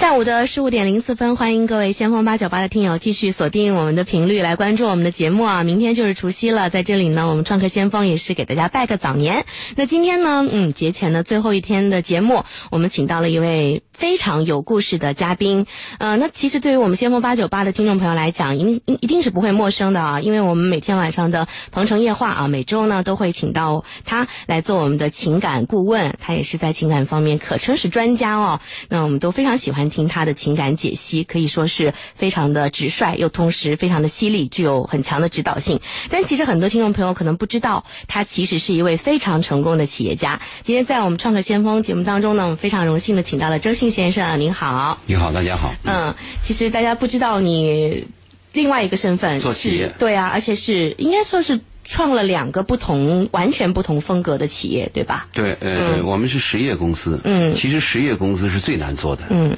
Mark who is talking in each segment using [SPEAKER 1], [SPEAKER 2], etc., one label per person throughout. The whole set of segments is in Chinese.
[SPEAKER 1] 下午的十五点零四分，欢迎各位先锋八九八的听友继续锁定我们的频率来关注我们的节目啊！明天就是除夕了，在这里呢，我们创客先锋也是给大家拜个早年。那今天呢，嗯，节前的最后一天的节目，我们请到了一位非常有故事的嘉宾。呃，那其实对于我们先锋八九八的听众朋友来讲，一定一定是不会陌生的啊，因为我们每天晚上的鹏城夜话啊，每周呢都会请到他来做我们的情感顾问，他也是在情感方面可称是专家哦。那我们都非常喜欢听他的情感解析，可以说是非常的直率，又同时非常的犀利，具有很强的指导性。但其实很多听众朋友可能不知道，他其实是一位非常成功的企业家。今天在我们创客先锋节目当中呢，我们非常荣幸的请到了周信先生，您好。
[SPEAKER 2] 你好，大家好。
[SPEAKER 1] 嗯，其实大家不知道你另外一个身份
[SPEAKER 2] 做企业
[SPEAKER 1] 是对啊，而且是应该说是创了两个不同、完全不同风格的企业，对吧？
[SPEAKER 2] 对，呃，
[SPEAKER 1] 嗯
[SPEAKER 2] 我们是实业公司。
[SPEAKER 1] 嗯
[SPEAKER 2] 其实实业公司是最难做的。
[SPEAKER 1] 嗯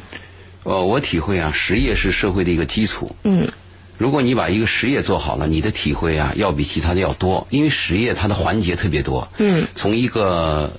[SPEAKER 2] 呃，我体会啊，实业是社会的一个基础。
[SPEAKER 1] 嗯
[SPEAKER 2] 如果你把一个实业做好了，你的体会啊，要比其他的要多，因为实业它的环节特别多。
[SPEAKER 1] 嗯
[SPEAKER 2] 从一个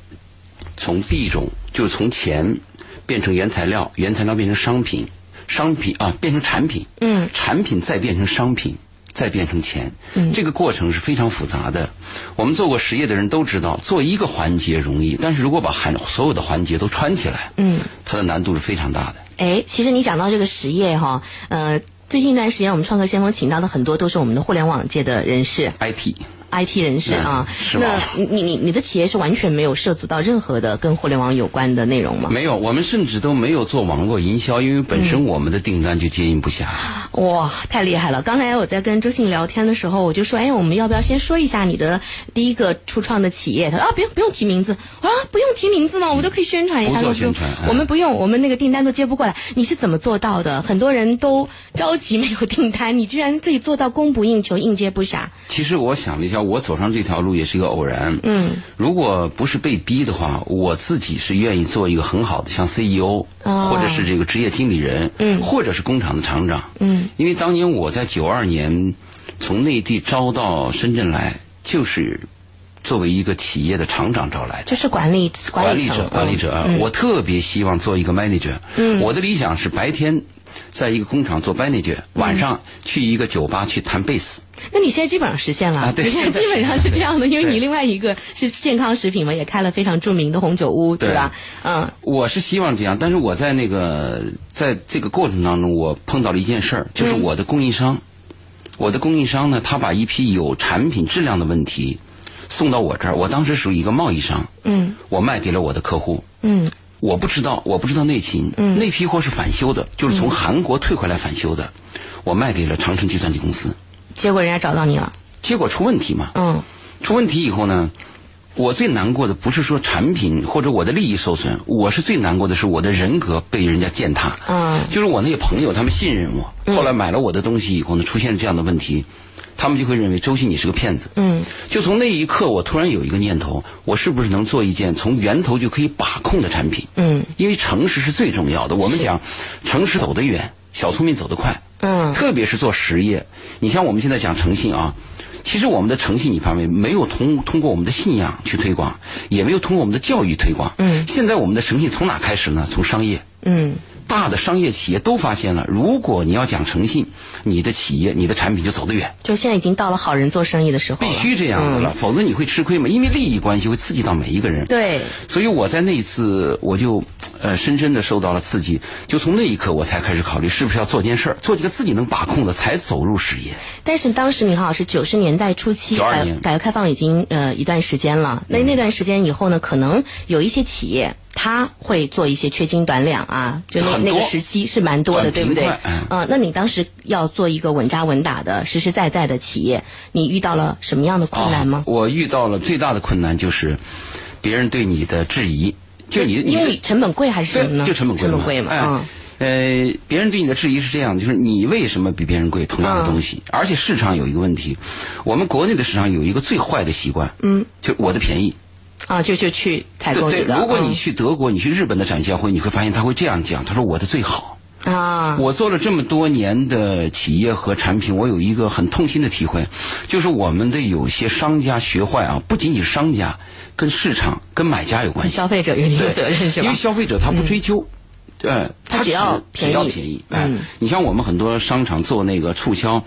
[SPEAKER 2] 从币种，就是从钱变成原材料，原材料变成商品，商品啊变成产品，
[SPEAKER 1] 嗯
[SPEAKER 2] 产品再变成商品，再变成钱，
[SPEAKER 1] 嗯
[SPEAKER 2] 这个过程是非常复杂的。我们做过实业的人都知道，做一个环节容易，但是如果把含所有的环节都串起来，
[SPEAKER 1] 嗯。
[SPEAKER 2] 它的难度是非常大的。
[SPEAKER 1] 哎，其实你讲到这个实业哈，呃，最近一段时间我们创客先锋请到的很多都是我们的互联网界的人士
[SPEAKER 2] IT，
[SPEAKER 1] ，IT 人士啊。
[SPEAKER 2] 嗯是
[SPEAKER 1] 那
[SPEAKER 2] 吗
[SPEAKER 1] 你你你你的企业是完全没有涉足到任何的跟互联网有关的内容吗？
[SPEAKER 2] 没有，我们甚至都没有做网络营销，因为本身我们的订单就接应不暇。
[SPEAKER 1] 啊哇，太厉害了！刚才我在跟周信聊天的时候，我就说，哎，我们要不要先说一下你的第一个初创的企业？他说啊，不用不用提名字啊，不用提名字吗？我们都可以宣传一下。
[SPEAKER 2] 嗯不
[SPEAKER 1] 他
[SPEAKER 2] 做
[SPEAKER 1] 说
[SPEAKER 2] 宣传哎
[SPEAKER 1] 我们不用，我们那个订单都接不过来。你是怎么做到的？很多人都着急没有订单，你居然可以做到供不应求、应接不暇。
[SPEAKER 2] 其实我想了一下，我走上这条路也是一个偶然。
[SPEAKER 1] 嗯
[SPEAKER 2] 如果不是被逼的话，我自己是愿意做一个很好的，像 CEO，、
[SPEAKER 1] 哦
[SPEAKER 2] 或者是这个职业经理人，
[SPEAKER 1] 嗯
[SPEAKER 2] 或者是工厂的厂长。
[SPEAKER 1] 嗯
[SPEAKER 2] 因为当年我在九二年从内地招到深圳来，就是作为一个企业的厂长招来的。
[SPEAKER 1] 就是管理
[SPEAKER 2] 管
[SPEAKER 1] 理
[SPEAKER 2] 理者
[SPEAKER 1] 层，
[SPEAKER 2] 管理者，啊
[SPEAKER 1] 嗯
[SPEAKER 2] 我特别希望做一个 manager。
[SPEAKER 1] 嗯
[SPEAKER 2] 我的理想是白天在一个工厂做 manager，晚上去一个酒吧去弹贝斯。
[SPEAKER 1] 那你现在基本上实现了，
[SPEAKER 2] 啊对
[SPEAKER 1] 你现在
[SPEAKER 2] 现
[SPEAKER 1] 基
[SPEAKER 2] 在
[SPEAKER 1] 本上是这样 的，因为
[SPEAKER 2] 对
[SPEAKER 1] 你另外一个是健康食品嘛，也开了非常著名的红酒屋，对
[SPEAKER 2] 对
[SPEAKER 1] 吧？嗯
[SPEAKER 2] 我是希望这样，但是我在那个在这个过程当中，我碰到了一件事儿，就是
[SPEAKER 1] 嗯
[SPEAKER 2] 我的供应商，我的供应商呢，他把一批有产品质量的问题送到我这儿，我当时属于一个贸易商，
[SPEAKER 1] 嗯
[SPEAKER 2] 我卖给了我的客户，
[SPEAKER 1] 嗯
[SPEAKER 2] 我不知道，我不知道内情，
[SPEAKER 1] 嗯
[SPEAKER 2] 那批货是返修的，就是从韩国退回来返修的，我卖给了长城计算机公司，
[SPEAKER 1] 结果人家找到你了，
[SPEAKER 2] 结果出问题嘛，
[SPEAKER 1] 嗯
[SPEAKER 2] 出问题以后呢，我最难过的不是说产品或者我的利益受损，我是最难过的是我的人格被人家践踏。
[SPEAKER 1] 嗯
[SPEAKER 2] 就是我那些朋友，他们信任我，
[SPEAKER 1] 嗯
[SPEAKER 2] 后来买了我的东西以后呢，出现了这样的问题，他们就会认为周信你是个骗子。
[SPEAKER 1] 嗯
[SPEAKER 2] 就从那一刻，我突然有一个念头，我是不是能做一件从源头就可以把控的产品？
[SPEAKER 1] 嗯
[SPEAKER 2] 因为诚实是最重要的。我们讲，诚实走得远，小聪明走得快。
[SPEAKER 1] 嗯
[SPEAKER 2] 特别是做实业，你像我们现在讲诚信啊，其实我们的诚信，你发现没有通通过我们的信仰去推广，也没有通过我们的教育推广。
[SPEAKER 1] 嗯
[SPEAKER 2] 现在我们的诚信从哪开始呢？从商业，
[SPEAKER 1] 嗯
[SPEAKER 2] 大的商业企业都发现了，如果你要讲诚信，你的企业、你的产品就走得远。
[SPEAKER 1] 就现在已经到了好人做生意的时候
[SPEAKER 2] 必
[SPEAKER 1] 了，
[SPEAKER 2] 须这样子了，
[SPEAKER 1] 嗯
[SPEAKER 2] 否则你会吃亏嘛？因为利益关系会刺激到每一个人。
[SPEAKER 1] 对，
[SPEAKER 2] 所以我在那一次我就呃深深的受到了刺激，就从那一刻我才开始考虑是不是要做件事儿，做几个自己能把控的，才走入实业。
[SPEAKER 1] 但是当时你好像是九十年代初期，
[SPEAKER 2] 92
[SPEAKER 1] 改
[SPEAKER 2] 年嗯
[SPEAKER 1] 改革开放已经呃一段时间了。那那段时间以后呢，可能有一些企业它会做一些缺斤短两啊，就那
[SPEAKER 2] 很
[SPEAKER 1] 那
[SPEAKER 2] 多
[SPEAKER 1] 个时期是蛮多的，
[SPEAKER 2] 很
[SPEAKER 1] 对不对？
[SPEAKER 2] 勤快嗯
[SPEAKER 1] 呃，那你当时要做一个稳扎稳打的、实实在在的企业，你遇到了什么样的困难吗
[SPEAKER 2] 啊？？我遇到了最大的困难就是别人对你的质疑，就你你
[SPEAKER 1] 因为成本贵还是什么呢？
[SPEAKER 2] 对就成本贵
[SPEAKER 1] 成本
[SPEAKER 2] 嘛，
[SPEAKER 1] 贵嘛，
[SPEAKER 2] 哎
[SPEAKER 1] 嗯。
[SPEAKER 2] 呃，别人对你的质疑是这样，就是你为什么比别人贵？同样的东
[SPEAKER 1] 嗯
[SPEAKER 2] 西，而且市场有一个问题，我们国内的市场有一个最坏的习惯，
[SPEAKER 1] 嗯
[SPEAKER 2] 就我的便宜。
[SPEAKER 1] 啊，就就去采购
[SPEAKER 2] 对
[SPEAKER 1] 这个。
[SPEAKER 2] 对，如果
[SPEAKER 1] 嗯
[SPEAKER 2] 你去德国，你去日本的展销会，你会发现他会这样讲，他说我的最好。
[SPEAKER 1] 啊，
[SPEAKER 2] 我做了这么多年的企业和产品，我有一个很痛心的体会，就是我们的有些商家学坏啊，不仅仅是商家，跟市场、跟买家有关系。
[SPEAKER 1] 消费者有一定责任是吧
[SPEAKER 2] 因为？消费者他不追究。呃，
[SPEAKER 1] 它
[SPEAKER 2] 它
[SPEAKER 1] 只要
[SPEAKER 2] 只要
[SPEAKER 1] 便
[SPEAKER 2] 便
[SPEAKER 1] 宜
[SPEAKER 2] 宜，哎
[SPEAKER 1] 嗯，
[SPEAKER 2] 你像我们很多商场做那个促销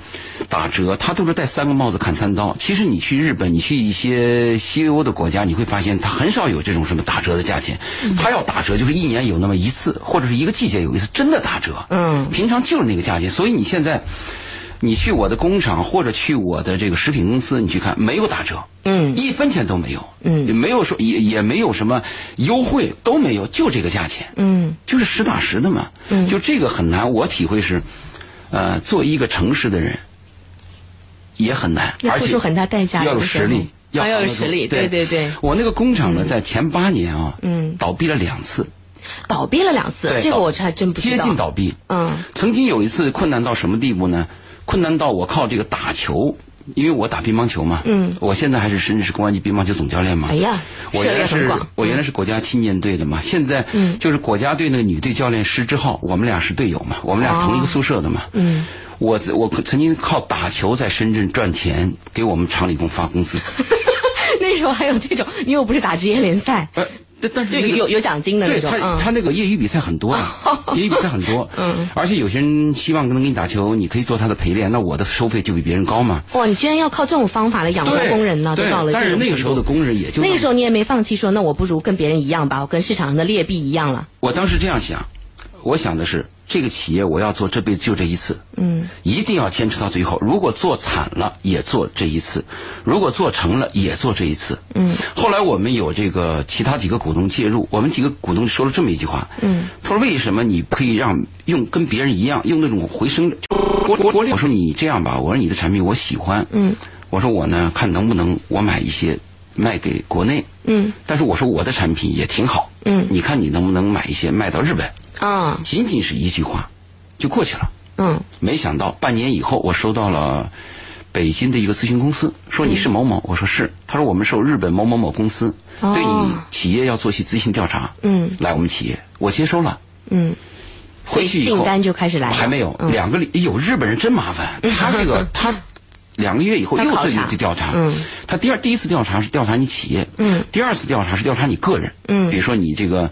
[SPEAKER 2] 打折，它都是戴三个帽子砍三刀。其实你去日本，你去一些西欧的国家，你会发现它很少有这种什么打折的价钱，
[SPEAKER 1] 嗯
[SPEAKER 2] 它要打折就是一年有那么一次，或者是一个季节有一次真的打折，
[SPEAKER 1] 嗯
[SPEAKER 2] 平常就是那个价钱，所以你现在。你去我的工厂或者去我的这个食品公司，你去看没有打折，
[SPEAKER 1] 嗯
[SPEAKER 2] 一分钱都没有，
[SPEAKER 1] 嗯
[SPEAKER 2] 也没有说也也没有什么优惠都没有，就这个价钱，
[SPEAKER 1] 嗯
[SPEAKER 2] 就是实打实的嘛。
[SPEAKER 1] 嗯
[SPEAKER 2] 就这个很难，我体会是，呃，做一个诚实的人也很难，
[SPEAKER 1] 要
[SPEAKER 2] 而
[SPEAKER 1] 付
[SPEAKER 2] 且
[SPEAKER 1] 出很大代价
[SPEAKER 2] 要有
[SPEAKER 1] 有的时候
[SPEAKER 2] 实力，
[SPEAKER 1] 啊要有
[SPEAKER 2] 扛得住
[SPEAKER 1] 实力对对对
[SPEAKER 2] 我那个工厂呢，在前八年啊，
[SPEAKER 1] 嗯
[SPEAKER 2] 倒闭了两次，
[SPEAKER 1] 倒闭了两次，
[SPEAKER 2] 对
[SPEAKER 1] 这个
[SPEAKER 2] 倒
[SPEAKER 1] 我还真不知道。
[SPEAKER 2] 接近倒闭。
[SPEAKER 1] 嗯
[SPEAKER 2] 曾经有一次困难到什么地步呢？困难到我靠这个打球，因为我打乒乓球嘛，
[SPEAKER 1] 嗯
[SPEAKER 2] 我现在还是深圳市公安局乒乓球总教练嘛。
[SPEAKER 1] 哎呀涉
[SPEAKER 2] 我
[SPEAKER 1] 猎
[SPEAKER 2] 原来
[SPEAKER 1] 很
[SPEAKER 2] 是
[SPEAKER 1] 广
[SPEAKER 2] 我原来是国家青年队的嘛，现在
[SPEAKER 1] 嗯
[SPEAKER 2] 就是国家队那个女队教练施之浩，我们俩是队友嘛，我们俩是同一个宿舍的嘛。
[SPEAKER 1] 嗯，
[SPEAKER 2] 我我曾经靠打球在深圳赚钱，给我们厂里工发工资。
[SPEAKER 1] 那时候还有这种，因为我不是打职业联赛，
[SPEAKER 2] 呃，但但是
[SPEAKER 1] 就
[SPEAKER 2] 那个
[SPEAKER 1] 有有奖金的那种
[SPEAKER 2] 对他、
[SPEAKER 1] 嗯，
[SPEAKER 2] 他那个业余比赛很多的 业余比赛很多。
[SPEAKER 1] 嗯
[SPEAKER 2] 而且有些人希望能给你打球，你可以做他的陪练，那我的收费就比别人高嘛。
[SPEAKER 1] 哇，你居然要靠这种方法来养活
[SPEAKER 2] 对
[SPEAKER 1] 工人呢，都
[SPEAKER 2] 对
[SPEAKER 1] 到了这
[SPEAKER 2] 但
[SPEAKER 1] 种
[SPEAKER 2] 是那个时候的
[SPEAKER 1] 程度
[SPEAKER 2] 工人也就
[SPEAKER 1] 那个时候你也没放弃说，那我不如跟别人一样吧，我跟市场上的劣币一样了。
[SPEAKER 2] 我当时这样想，我想的是这个企业我要做这辈子就这一次，
[SPEAKER 1] 嗯
[SPEAKER 2] 一定要坚持到最后。如果做惨了也做这一次，如果做成了也做这一次。
[SPEAKER 1] 嗯
[SPEAKER 2] 后来我们有这个其他几个股东介入，我们几个股东说了这么一句话，
[SPEAKER 1] 嗯
[SPEAKER 2] 他说：“为什么你可以让用跟别人一样用那种回声锅锅锅料？”我说：“你这样吧，我说你的产品我喜欢，
[SPEAKER 1] 嗯
[SPEAKER 2] 我说我呢看能不能我买一些卖给国内，
[SPEAKER 1] 嗯
[SPEAKER 2] 但是我说我的产品也挺好，
[SPEAKER 1] 嗯
[SPEAKER 2] 你看你能不能买一些卖到日本？
[SPEAKER 1] 啊
[SPEAKER 2] 仅仅是一句话就过去了。
[SPEAKER 1] 嗯
[SPEAKER 2] 没想到半年以后，我收到了北京的一个咨询公司，说你
[SPEAKER 1] 嗯
[SPEAKER 2] 是某某，我说是，他说我们受日本某某某公司
[SPEAKER 1] 哦
[SPEAKER 2] 对你企业要做些咨询调查，
[SPEAKER 1] 嗯
[SPEAKER 2] 来我们企业，我接收了。”
[SPEAKER 1] 嗯
[SPEAKER 2] 回去以后
[SPEAKER 1] 订单就开始来了
[SPEAKER 2] 还没有、
[SPEAKER 1] 嗯
[SPEAKER 2] 两个礼，有日本人真麻烦，
[SPEAKER 1] 嗯
[SPEAKER 2] 他这个 他两个月以后
[SPEAKER 1] 他
[SPEAKER 2] 又
[SPEAKER 1] 考
[SPEAKER 2] 自己
[SPEAKER 1] 察
[SPEAKER 2] 去调查，
[SPEAKER 1] 嗯
[SPEAKER 2] 他第二第一次调查是调查你企业，
[SPEAKER 1] 嗯
[SPEAKER 2] 第二次调查是调查你个人，
[SPEAKER 1] 嗯
[SPEAKER 2] 比如说你这个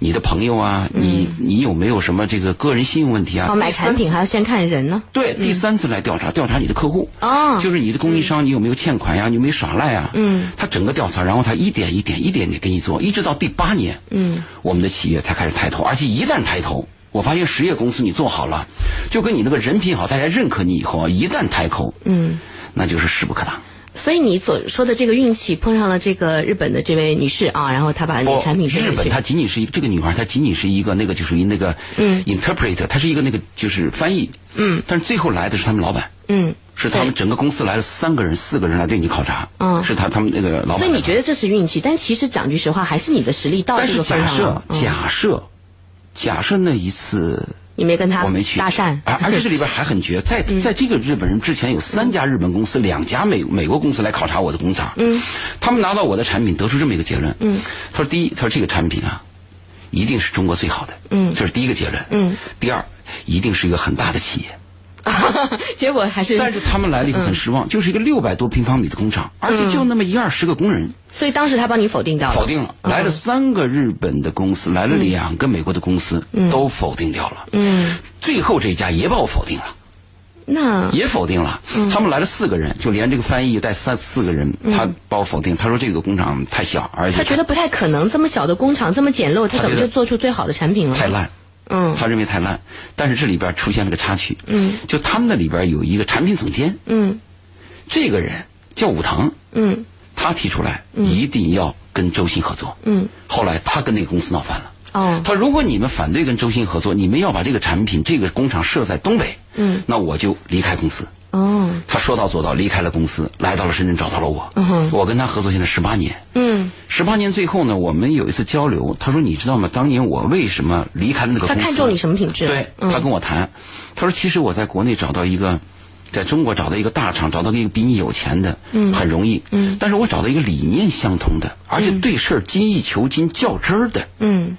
[SPEAKER 2] 你的朋友啊，你你有没有什么这个个人信用问题啊？
[SPEAKER 1] 哦，买
[SPEAKER 2] 第三
[SPEAKER 1] 产品还嗯要先看人呢。
[SPEAKER 2] 对，第三次来调查，调查你的客户。
[SPEAKER 1] 哦
[SPEAKER 2] 就是你的供应商，你有没有欠款呀？你有没有耍赖啊？
[SPEAKER 1] 嗯
[SPEAKER 2] 他整个调查，然后他一点一点一点点给你做，一直到第八年，
[SPEAKER 1] 嗯，
[SPEAKER 2] 我们的企业才开始抬头，而且一旦抬头，我发现实业公司你做好了，就跟你那个人品好，大家认可你以后啊，一旦抬头，
[SPEAKER 1] 嗯，
[SPEAKER 2] 那就是势不可挡。
[SPEAKER 1] 所以你所说的这个运气碰上了这个日本的这位女士啊，然后她把你的产品推
[SPEAKER 2] 哦日
[SPEAKER 1] 出
[SPEAKER 2] 本
[SPEAKER 1] 去。
[SPEAKER 2] 它仅仅是一个这个女孩，她仅仅是一个那个就属于那个
[SPEAKER 1] 嗯
[SPEAKER 2] interpreter，她是一个那个就是翻译，
[SPEAKER 1] 嗯
[SPEAKER 2] 但是最后来的是他们老板，
[SPEAKER 1] 嗯，
[SPEAKER 2] 是他们整个公司来了三个人、四个人来对你考察，
[SPEAKER 1] 嗯
[SPEAKER 2] 是他他们那个老板。
[SPEAKER 1] 所以你觉得这是运气，但其实讲句实话，还是你的实力到
[SPEAKER 2] 但
[SPEAKER 1] 这
[SPEAKER 2] 是
[SPEAKER 1] 个份
[SPEAKER 2] 假
[SPEAKER 1] 上
[SPEAKER 2] 设
[SPEAKER 1] 了。嗯
[SPEAKER 2] 假设假设那一次
[SPEAKER 1] 你没跟他
[SPEAKER 2] 我没去
[SPEAKER 1] 搭
[SPEAKER 2] 啊
[SPEAKER 1] 讪
[SPEAKER 2] 而而且这里边还很绝，在
[SPEAKER 1] 嗯
[SPEAKER 2] 在这个日本人之前有三家日本公司，两家美美国公司来考察我的工厂，
[SPEAKER 1] 嗯，
[SPEAKER 2] 他们拿到我的产品得出这么一个结论，
[SPEAKER 1] 嗯，
[SPEAKER 2] 他说第一，他说这个产品啊，一定是中国最好的，
[SPEAKER 1] 嗯
[SPEAKER 2] 这是第一个结论，
[SPEAKER 1] 嗯，
[SPEAKER 2] 第二，一定是一个很大的企业，
[SPEAKER 1] 结果还是，嗯
[SPEAKER 2] 但是他们来了以后很失望，就是一个六百多平方米的工厂，而且就那么一二十个工人。
[SPEAKER 1] 所以当时他帮你否定掉了，嗯
[SPEAKER 2] 否定了，来了三个日本的公司，来了两个美国的公司，
[SPEAKER 1] 嗯
[SPEAKER 2] 都否定掉了。
[SPEAKER 1] 嗯，
[SPEAKER 2] 最后这家也把我否定了，
[SPEAKER 1] 那
[SPEAKER 2] 也否定了。
[SPEAKER 1] 嗯
[SPEAKER 2] 他们来了四个人，就连这个翻译带三四个人，
[SPEAKER 1] 嗯
[SPEAKER 2] 他把我否定。他说这个工厂太小，而且
[SPEAKER 1] 他觉得不太可能，这么小的工厂，这么简陋，他
[SPEAKER 2] 他
[SPEAKER 1] 怎么
[SPEAKER 2] 觉
[SPEAKER 1] 就
[SPEAKER 2] 得
[SPEAKER 1] 做出最好的产品了？
[SPEAKER 2] 太，烂，
[SPEAKER 1] 嗯
[SPEAKER 2] 他认为太烂。但是这里边出现了个插曲，
[SPEAKER 1] 嗯
[SPEAKER 2] 就他们那里边有一个产品总监，
[SPEAKER 1] 嗯
[SPEAKER 2] 这个人叫武藤，
[SPEAKER 1] 嗯
[SPEAKER 2] 他提出来
[SPEAKER 1] 嗯
[SPEAKER 2] 一定要跟周鑫合作。
[SPEAKER 1] 嗯，
[SPEAKER 2] 后来他跟那个公司闹翻了。
[SPEAKER 1] 哦，
[SPEAKER 2] 他如果你们反对跟周鑫合作，你们要把这个产品、这个工厂设在东北，
[SPEAKER 1] 嗯
[SPEAKER 2] 那我就离开公司。
[SPEAKER 1] 哦，
[SPEAKER 2] 他说到做到，离开了公司，来到了深圳，找到了我。
[SPEAKER 1] 嗯哼
[SPEAKER 2] 我跟他合作现在十八年，
[SPEAKER 1] 嗯，
[SPEAKER 2] 十八年最后呢，我们有一次交流，他说你知道吗？当年我为什么离开了那个公
[SPEAKER 1] 他
[SPEAKER 2] 司？
[SPEAKER 1] 看中你什么品质了
[SPEAKER 2] 对，
[SPEAKER 1] 嗯
[SPEAKER 2] 他跟我谈，他说其实我在国内找到一个。在中国找到一个大厂，找到一个比你有钱的，
[SPEAKER 1] 嗯
[SPEAKER 2] 很容易。
[SPEAKER 1] 嗯
[SPEAKER 2] 但是我找到一个理念相同的，而且
[SPEAKER 1] 嗯
[SPEAKER 2] 对事儿精益求精、较真儿的，
[SPEAKER 1] 嗯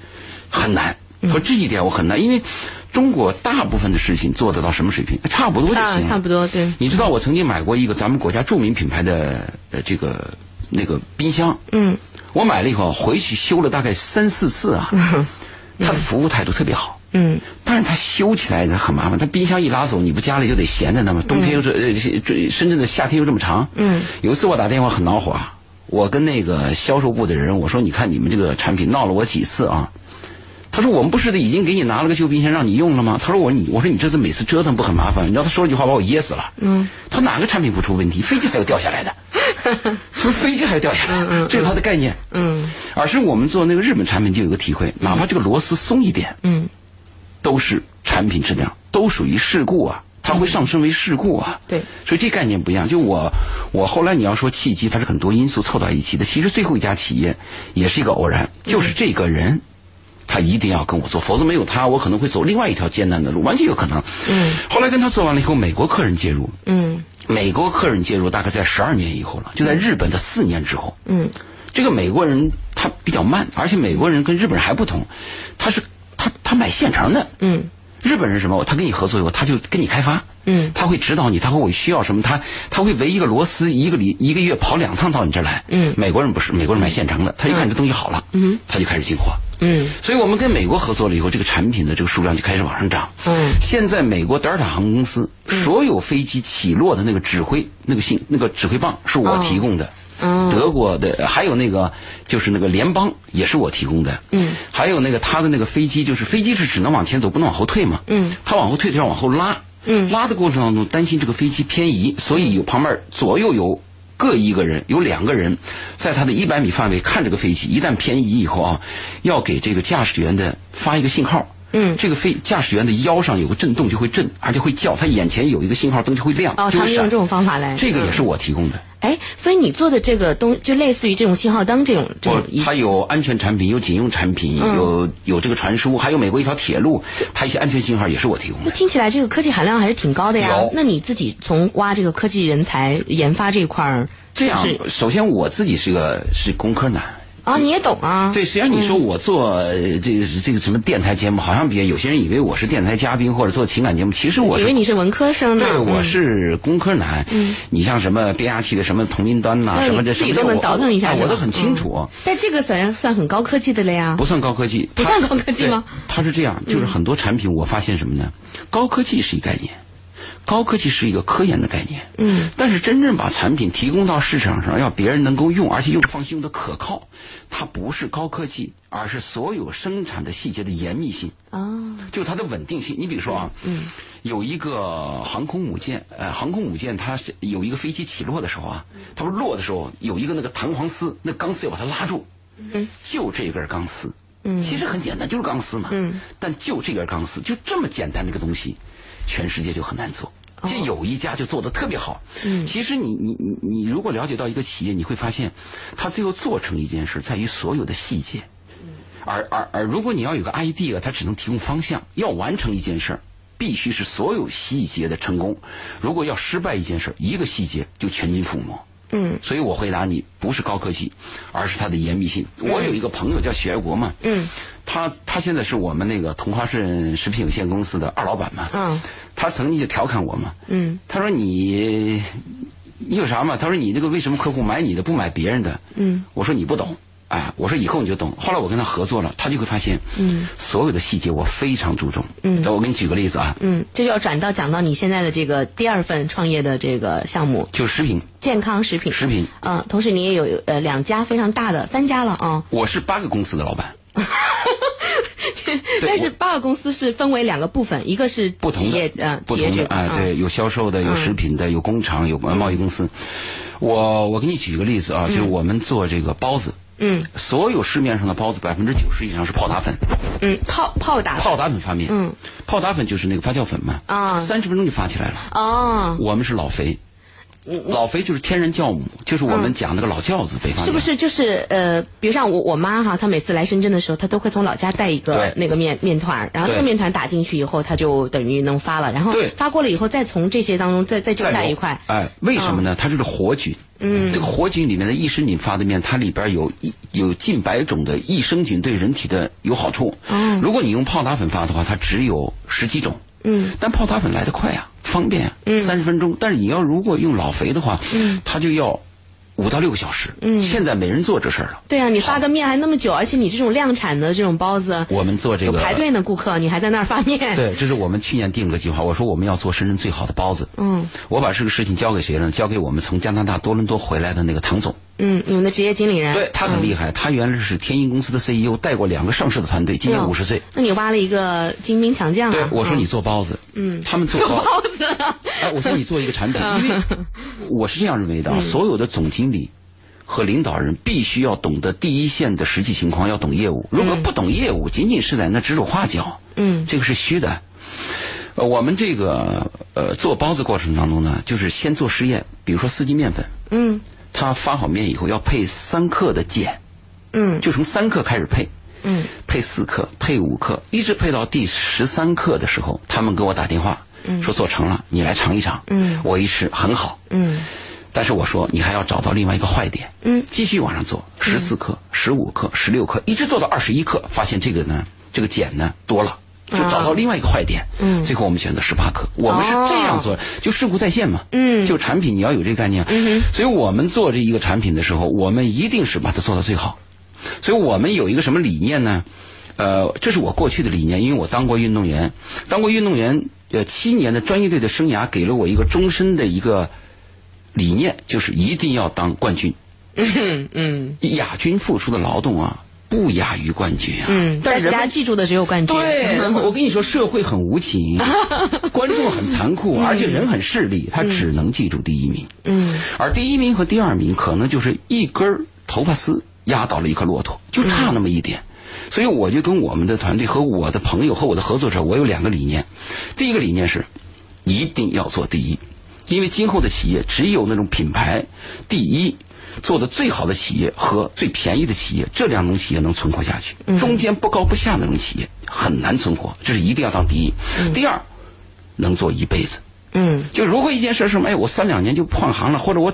[SPEAKER 2] 很难。
[SPEAKER 1] 嗯
[SPEAKER 2] 说这一点我很难，因为中国大部分的事情做得到什么水平，哎差不多就行
[SPEAKER 1] 啊
[SPEAKER 2] 了。
[SPEAKER 1] 差不多对
[SPEAKER 2] 你知道我曾经买过一个咱们国家著名品牌的呃这个那个冰箱，
[SPEAKER 1] 嗯
[SPEAKER 2] 我买了以后回去修了大概三四次啊，
[SPEAKER 1] 嗯
[SPEAKER 2] 它的服务态度特别好。
[SPEAKER 1] 嗯嗯
[SPEAKER 2] 但是它修起来它很麻烦，它冰箱一拉走，你不家里就得闲着呢吗？冬天又这、呃这深圳的夏天又这么长。
[SPEAKER 1] 嗯
[SPEAKER 2] 有一次我打电话很恼火，我跟那个销售部的人我说：“你看你们这个产品闹了我几次啊？”他说：“我们不是的，已经给你拿了个旧冰箱让你用了吗？”他说：“我你我说你这次每次折腾不很麻烦？”你知道他说了句话把我噎死了。
[SPEAKER 1] 嗯
[SPEAKER 2] 他哪个产品不出问题？飞机还有掉下来 的，说飞机还有掉下来
[SPEAKER 1] 嗯嗯
[SPEAKER 2] 的，这是他的概念。
[SPEAKER 1] 嗯
[SPEAKER 2] 而是我们做那个日本产品就有个体会，哪怕这个螺丝松一点，
[SPEAKER 1] 嗯，
[SPEAKER 2] 都是产品质量，都属于事故啊，它会上升为事故啊。
[SPEAKER 1] 对，
[SPEAKER 2] 所以这概念不一样。就我，我后来你要说契机，它是很多因素凑到一起的。其实最后一家企业也是一个偶然，
[SPEAKER 1] 嗯
[SPEAKER 2] 就是这个人。他一定要跟我做，否则没有他，我可能会走另外一条艰难的路，完全有可能。
[SPEAKER 1] 嗯
[SPEAKER 2] 后来跟他做完了以后，美国客人介入，
[SPEAKER 1] 嗯
[SPEAKER 2] 美国客人介入大概在十二年以后了，就在日本的四年之后。
[SPEAKER 1] 嗯
[SPEAKER 2] 这个美国人他比较慢，而且美国人跟日本人还不同，他是他他买现成的。
[SPEAKER 1] 嗯
[SPEAKER 2] 日本人什么？他跟你合作以后，他就跟你开发，
[SPEAKER 1] 嗯
[SPEAKER 2] 他会指导你，他会我需要什么，他他会围一个螺丝，一个里一个月跑两趟到你这儿来。
[SPEAKER 1] 嗯
[SPEAKER 2] 美国人不是，美国人买现成的，他一看
[SPEAKER 1] 嗯
[SPEAKER 2] 这东西好了，
[SPEAKER 1] 嗯
[SPEAKER 2] 他就开始进货。
[SPEAKER 1] 嗯
[SPEAKER 2] 所以我们跟美国合作了以后，这个产品的这个数量就开始往上涨。
[SPEAKER 1] 嗯
[SPEAKER 2] 现在美国德尔塔航空公司
[SPEAKER 1] 嗯
[SPEAKER 2] 所有飞机起落的那个指挥那个信那个指挥棒是我
[SPEAKER 1] 哦
[SPEAKER 2] 提供的。
[SPEAKER 1] 嗯，
[SPEAKER 2] 德国的，还有那个就是那个联邦也是我提供的，
[SPEAKER 1] 嗯
[SPEAKER 2] 还有那个他的那个飞机，就是飞机是只能往前走，不能往后退嘛，
[SPEAKER 1] 嗯
[SPEAKER 2] 他往后退就要往后拉，
[SPEAKER 1] 嗯
[SPEAKER 2] 拉的过程当中担心这个飞机偏移，所以有旁边左右有各一个人，有两个人在他的一百米范围看这个飞机，一旦偏移以后啊，要给这个驾驶员的发一个信号。
[SPEAKER 1] 嗯
[SPEAKER 2] 这个飞驾驶员的腰上有个震动，就会震，而且会叫。他眼前有一个信号灯就会亮，
[SPEAKER 1] 哦
[SPEAKER 2] 就
[SPEAKER 1] 他们
[SPEAKER 2] 会
[SPEAKER 1] 用
[SPEAKER 2] 闪。
[SPEAKER 1] 这种方法来
[SPEAKER 2] 这个也是
[SPEAKER 1] 嗯
[SPEAKER 2] 我提供的。
[SPEAKER 1] 哎，所以你做的这个东就类似于这种信号灯这种这
[SPEAKER 2] 我
[SPEAKER 1] 种仪
[SPEAKER 2] 哦它有安全产品，有警用产品，
[SPEAKER 1] 嗯
[SPEAKER 2] 有有这个传输，还有美国一条铁路，它一些安全信号也是我提供
[SPEAKER 1] 那
[SPEAKER 2] 的。
[SPEAKER 1] 听起来这个科技含量还是挺高的呀
[SPEAKER 2] 有。
[SPEAKER 1] 那你自己从挖这个科技人才研发这一块儿，
[SPEAKER 2] 这样
[SPEAKER 1] 是不是，
[SPEAKER 2] 首先我自己是个是工科男。
[SPEAKER 1] 啊，你也懂啊。
[SPEAKER 2] 对，实际上你说我做呃这个这个什么电台节目，好像别有些人以为我是电台嘉宾或者做情感节目，其实我
[SPEAKER 1] 以
[SPEAKER 2] 是
[SPEAKER 1] 为你是文科生呢。
[SPEAKER 2] 对，我
[SPEAKER 1] 嗯。
[SPEAKER 2] 是工科男。
[SPEAKER 1] 嗯
[SPEAKER 2] 你像什么变压器的什么同音端呐、
[SPEAKER 1] 那
[SPEAKER 2] 什么
[SPEAKER 1] 你
[SPEAKER 2] 这
[SPEAKER 1] 自
[SPEAKER 2] 什
[SPEAKER 1] 己
[SPEAKER 2] 么
[SPEAKER 1] 都
[SPEAKER 2] 这
[SPEAKER 1] 能
[SPEAKER 2] 我
[SPEAKER 1] 倒腾一下
[SPEAKER 2] 哎
[SPEAKER 1] 是吧，
[SPEAKER 2] 我都很清楚。
[SPEAKER 1] 嗯但这个算算很高科技的了呀。
[SPEAKER 2] 不算高科技，
[SPEAKER 1] 不
[SPEAKER 2] 它
[SPEAKER 1] 算高科技吗嗯
[SPEAKER 2] 对它是这样，就是很多产品我发现什么呢？高科技是一概念，高科技是一个科研的概念。
[SPEAKER 1] 嗯
[SPEAKER 2] 但是真正把产品提供到市场上，要别人能够用，而且用得放心、用的可靠，它不是高科技，而是所有生产的细节的严密性，
[SPEAKER 1] 啊，
[SPEAKER 2] 就是它的稳定性。你比如说啊，
[SPEAKER 1] 嗯，
[SPEAKER 2] 有一个航空母舰，呃，航空母舰它是有一个飞机起落的时候啊，
[SPEAKER 1] 嗯
[SPEAKER 2] 它不是落的时候有一个那个弹簧丝，那钢丝要把它拉住，
[SPEAKER 1] 嗯
[SPEAKER 2] 就这根钢丝。
[SPEAKER 1] 嗯，
[SPEAKER 2] 其实很简单，就是钢丝嘛。
[SPEAKER 1] 嗯。
[SPEAKER 2] 但就这根钢丝，就这么简单的一个东西，全世界就很难做。
[SPEAKER 1] 哦
[SPEAKER 2] 这有一家就做的特别好。
[SPEAKER 1] 嗯
[SPEAKER 2] 其实你你你你如果了解到一个企业，你会发现，它最后做成一件事，在于所有的细节。
[SPEAKER 1] 嗯
[SPEAKER 2] 而而而，如果你要有个 idea，它只能提供方向。要完成一件事儿，必须是所有细节的成功。如果要失败一件事儿，一个细节就全军覆没。
[SPEAKER 1] 嗯
[SPEAKER 2] 所以我回答你，不是高科技，而是它的严密性。我有一个朋友叫许爱国嘛，
[SPEAKER 1] 嗯
[SPEAKER 2] 他他现在是我们那个同花顺食品有限公司的二老板嘛，
[SPEAKER 1] 嗯
[SPEAKER 2] 他曾经就调侃我嘛，
[SPEAKER 1] 嗯
[SPEAKER 2] 他说你你有啥嘛？他说你这个为什么客户买你的不买别人的？
[SPEAKER 1] 嗯
[SPEAKER 2] 我说你不懂，哎，我说以后你就懂。后来我跟他合作了，他就会发现，
[SPEAKER 1] 嗯
[SPEAKER 2] 所有的细节我非常注重。
[SPEAKER 1] 嗯
[SPEAKER 2] 我给你举个例子啊，
[SPEAKER 1] 嗯，这就要转到讲到你现在的这个第二份创业的这个项目，
[SPEAKER 2] 就是食品，
[SPEAKER 1] 健康食品。
[SPEAKER 2] 食品，
[SPEAKER 1] 嗯，同时你也有呃两家非常大的，三家了 啊。
[SPEAKER 2] 我是八个公司的老板，
[SPEAKER 1] 但是八个公司是分为两个部分，一个是
[SPEAKER 2] 不同
[SPEAKER 1] 企
[SPEAKER 2] 的
[SPEAKER 1] 业，呃，
[SPEAKER 2] 不
[SPEAKER 1] 企业
[SPEAKER 2] 同
[SPEAKER 1] 这
[SPEAKER 2] 的，
[SPEAKER 1] 个
[SPEAKER 2] 哎，对，，有销售的，有
[SPEAKER 1] 嗯
[SPEAKER 2] 食品的，有工厂，有贸易公司。我我给你举一个例子啊，就是我们做这个包子，
[SPEAKER 1] 嗯
[SPEAKER 2] 所有市面上的包子百分之九十以上是泡打粉，
[SPEAKER 1] 嗯嗯，泡泡打
[SPEAKER 2] 泡打粉发面，
[SPEAKER 1] 嗯，
[SPEAKER 2] 泡打粉就是那个发酵粉嘛，
[SPEAKER 1] 啊
[SPEAKER 2] 三十分钟就发起来了。
[SPEAKER 1] 哦，
[SPEAKER 2] 我们是老肥，老肥就是天然酵母，就是我们讲那个老酵子，北
[SPEAKER 1] 嗯
[SPEAKER 2] 方
[SPEAKER 1] 是不
[SPEAKER 2] 讲
[SPEAKER 1] 是就是呃，比如像我我妈哈，她每次来深圳的时候，她都会从老家带一个
[SPEAKER 2] 对
[SPEAKER 1] 那个面面团儿，然后这
[SPEAKER 2] 对
[SPEAKER 1] 个面团打进去以后，它就等于能发了，然后
[SPEAKER 2] 对
[SPEAKER 1] 发过了以后，再从这些当中再再揪
[SPEAKER 2] 再
[SPEAKER 1] 下
[SPEAKER 2] 揉
[SPEAKER 1] 一块，
[SPEAKER 2] 哎，为什么呢？它就是活菌。
[SPEAKER 1] 嗯
[SPEAKER 2] 这个活菌里面的益生菌发的面，它里边有一有近百种的益生菌对人体的有好处。
[SPEAKER 1] 哦
[SPEAKER 2] 如果你用泡打粉发的话，它只有十几种。
[SPEAKER 1] 嗯
[SPEAKER 2] 但泡打粉来得快啊，方便啊
[SPEAKER 1] 嗯，
[SPEAKER 2] 三十分钟。但是你要如果用老肥的话，
[SPEAKER 1] 嗯
[SPEAKER 2] 它就要五到六个小时。
[SPEAKER 1] 嗯
[SPEAKER 2] 现在没人做这事儿了。
[SPEAKER 1] 对啊，你发个面还那么久，而且你这种量产的这种包子，
[SPEAKER 2] 我们做这个
[SPEAKER 1] 有排队呢，顾客，你还在那儿发面。，
[SPEAKER 2] 对，这是我们去年定了个计划。我说我们要做深圳最好的包子。
[SPEAKER 1] 嗯
[SPEAKER 2] 我把这个事情交给谁呢？交给我们从加拿大多伦多回来的那个唐总。
[SPEAKER 1] 嗯，你们的职业经理人，嗯
[SPEAKER 2] 对他很厉害，他原来是天鹰公司的 CEO，带过两个上市的团队，今年
[SPEAKER 1] 嗯
[SPEAKER 2] 五十岁。
[SPEAKER 1] 那你挖了一个精兵强将啊。
[SPEAKER 2] 对，我说
[SPEAKER 1] 嗯
[SPEAKER 2] 你做包子，
[SPEAKER 1] 嗯
[SPEAKER 2] 他们做
[SPEAKER 1] 做包
[SPEAKER 2] 包
[SPEAKER 1] 子啊
[SPEAKER 2] 哎，我说你做一个产品，
[SPEAKER 1] 嗯
[SPEAKER 2] 因为我是这样认为的啊，所有的总经理。和领导人必须要懂得第一线的实际情况，要懂业务。如果不懂业务，仅仅是在那指手画脚，
[SPEAKER 1] 嗯
[SPEAKER 2] 这个是虚的。呃我们这个呃做包子过程当中呢，就是先做实验，比如说四季面粉，
[SPEAKER 1] 嗯
[SPEAKER 2] 它发好面以后要配三克的碱，
[SPEAKER 1] 嗯，
[SPEAKER 2] 就从三克开始配，
[SPEAKER 1] 嗯
[SPEAKER 2] 配四克，配五克，一直配到第十三克的时候，他们给我打电话，
[SPEAKER 1] 嗯
[SPEAKER 2] 说做成了，你来尝一尝。
[SPEAKER 1] 嗯
[SPEAKER 2] 我一吃很好，
[SPEAKER 1] 嗯
[SPEAKER 2] 但是我说你还要找到另外一个坏点，
[SPEAKER 1] 嗯
[SPEAKER 2] 继续往上做，十四克、十五克、十六克，一直做到二十一克，发现这个呢，这个碱呢多了。就找到另外一个坏点，
[SPEAKER 1] 啊嗯哦
[SPEAKER 2] 最后我们选择十八克，我们是这样做，就事故再现嘛，
[SPEAKER 1] 嗯
[SPEAKER 2] 就产品你要有这个概念，啊
[SPEAKER 1] 嗯哼
[SPEAKER 2] 所以我们做这一个产品的时候，我们一定是把它做到最好。所以我们有一个什么理念呢？呃，这是我过去的理念，因为我当过运动员，当过运动员，呃，七年的专业队的生涯给了我一个终身的一个理念，就是一定要当冠军。
[SPEAKER 1] 嗯嗯
[SPEAKER 2] 亚军付出的劳动啊，不亚于冠军啊。
[SPEAKER 1] 嗯，但是
[SPEAKER 2] 人
[SPEAKER 1] 大家
[SPEAKER 2] 们
[SPEAKER 1] 记住的只有冠军。
[SPEAKER 2] 对，我跟 你说，社会很无情，观众很残酷，而且人很势利，他只能记住第一名。
[SPEAKER 1] 嗯
[SPEAKER 2] 而第一名和第二名可能就是一根儿头发丝压倒了一颗骆驼，就差那么一点。所以我就跟我们的团队和我的朋友和我的合作者，我有两个理念。第一个理念是一定要做第一，因为今后的企业只有那种品牌第一。做的最好的企业和最便宜的企业，这两种企业能存活下去
[SPEAKER 1] 嗯，
[SPEAKER 2] 中间不高不下那种企业很难存活，这是一定要当第一。第二，能做一辈子，
[SPEAKER 1] 嗯
[SPEAKER 2] 就如果一件事儿是什么，哎，我三两年就换行了，或者我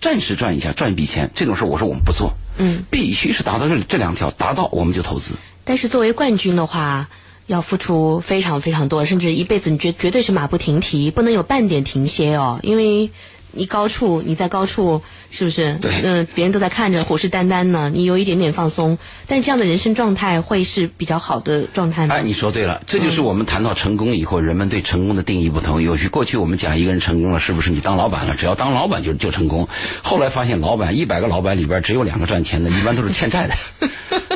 [SPEAKER 2] 暂时赚一下赚一笔钱，这种事儿我说我们不做，
[SPEAKER 1] 嗯，
[SPEAKER 2] 必须是达到这这两条，达到我们就投资。
[SPEAKER 1] 但是作为冠军的话。要付出非常非常多，甚至一辈子你绝绝对是马不停蹄，不能有半点停歇哦，因为你高处你在高处是不是？
[SPEAKER 2] 对
[SPEAKER 1] 嗯、别人都在看着，虎视眈眈呢，你有一点点放松，但这样的人生状态会是比较好的状态吗？
[SPEAKER 2] 哎，你说对了，这
[SPEAKER 1] 嗯
[SPEAKER 2] 就是我们谈到成功以后，人们对成功的定义不同。有些过去我们讲一个人成功了，是不是你当老板了，只要当老板就就成功？后来发现，老板一百个老板里边只有两个赚钱的，一般都是欠债的。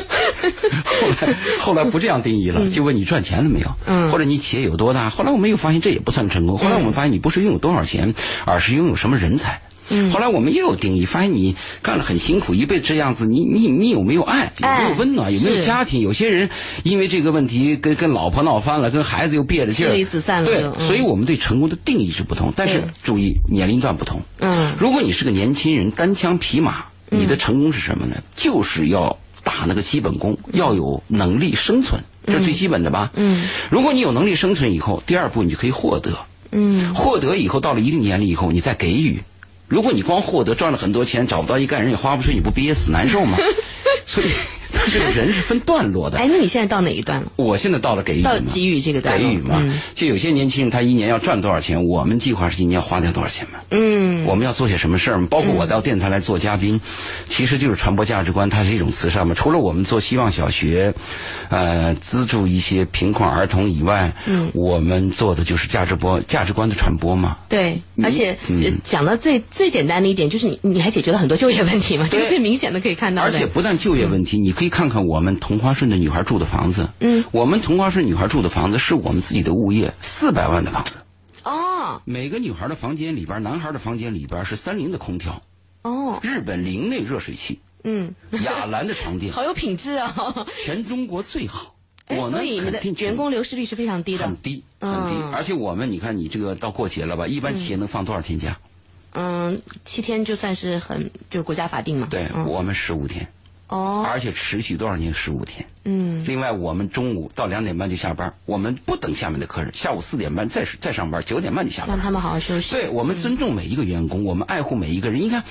[SPEAKER 2] 后来后来不这样定义了，就问你赚钱了没有，
[SPEAKER 1] 嗯
[SPEAKER 2] 或者你企业有多大？后来我们又发现这也不算成功。后来我们发现你不是拥有多少钱，而是拥有什么人才。
[SPEAKER 1] 嗯
[SPEAKER 2] 后来我们又有定义，发现你干了很辛苦，一辈子这样子，你你你有没有爱？有没有温暖？有没有
[SPEAKER 1] 哎是
[SPEAKER 2] 家家庭，有些人因为这个问题跟跟老婆闹翻了，跟孩子又憋着
[SPEAKER 1] 妻
[SPEAKER 2] 劲儿
[SPEAKER 1] 离子散了
[SPEAKER 2] 对
[SPEAKER 1] 就，嗯
[SPEAKER 2] 所以我们对成功的定义是不同，但是
[SPEAKER 1] 对
[SPEAKER 2] 注意年龄段不同。
[SPEAKER 1] 嗯
[SPEAKER 2] 如果你是个年轻人，单枪匹马，
[SPEAKER 1] 嗯
[SPEAKER 2] 你的成功是什么呢？就是要打那个基本功，要有能力生存，这是最基本的吧？
[SPEAKER 1] 嗯。
[SPEAKER 2] 如果你有能力生存以后，第二步你就可以获得，
[SPEAKER 1] 嗯
[SPEAKER 2] 获得以后到了一定年龄以后，你再给予。如果你光获得赚了很多钱，找不到一干人也花不出，你不憋死 难受吗？所以，这个人是分段落的。
[SPEAKER 1] 哎，那你现在到哪一段了？
[SPEAKER 2] 我现在到了给予嘛
[SPEAKER 1] 到给予这个段
[SPEAKER 2] 给
[SPEAKER 1] 落
[SPEAKER 2] 予嘛
[SPEAKER 1] 嗯，
[SPEAKER 2] 就有些年轻人他一年要赚多少钱，我们计划是一年要花掉多少钱嘛。
[SPEAKER 1] 嗯
[SPEAKER 2] 我们要做些什么事儿嘛？包括我到电台来做嘉宾，其实就是传播价值观，它是一种慈善嘛。除了我们做希望小学，呃，资助一些贫困儿童以外，
[SPEAKER 1] 嗯
[SPEAKER 2] 我们做的就是价值观价值观的传播嘛。
[SPEAKER 1] 对，
[SPEAKER 2] 你
[SPEAKER 1] 而且、
[SPEAKER 2] 嗯
[SPEAKER 1] 呃讲到最最简单的一点，就是你你还解决了很多就业问题嘛，这
[SPEAKER 2] 对
[SPEAKER 1] 个最明显的可以看到的。
[SPEAKER 2] 而且不但就业问题，你可以看看我们同花顺的女孩住的房子。
[SPEAKER 1] 嗯
[SPEAKER 2] 我们同花顺女孩住的房子是我们自己的物业，四百万的房子。
[SPEAKER 1] 哦
[SPEAKER 2] 每个女孩的房间里边，男孩的房间里边是三菱的空调，
[SPEAKER 1] 哦
[SPEAKER 2] 日本零内热水器，
[SPEAKER 1] 嗯，
[SPEAKER 2] 雅兰的床垫，
[SPEAKER 1] 好有品质哦。
[SPEAKER 2] 全中国最好。
[SPEAKER 1] 哎
[SPEAKER 2] 我呢
[SPEAKER 1] 所以你们的
[SPEAKER 2] 肯定全
[SPEAKER 1] 员工流失率是非常低的
[SPEAKER 2] 很。低，很低
[SPEAKER 1] 嗯。
[SPEAKER 2] 而且我们，你看，你这个到过节了吧？一般企业能放多少天假？
[SPEAKER 1] 嗯，七天就算是很就是国家法定嘛。
[SPEAKER 2] 对
[SPEAKER 1] 嗯、
[SPEAKER 2] 我们十五天，
[SPEAKER 1] 哦
[SPEAKER 2] 而且持续多少年？十五天。
[SPEAKER 1] 嗯
[SPEAKER 2] 另外，我们中午到两点半就下班，我们不等下面的客人，下午四点半再再上班，九点半就下班
[SPEAKER 1] 让。他们好好休息。
[SPEAKER 2] 对，我们尊重每一个员工，我们爱护每一个人。你看，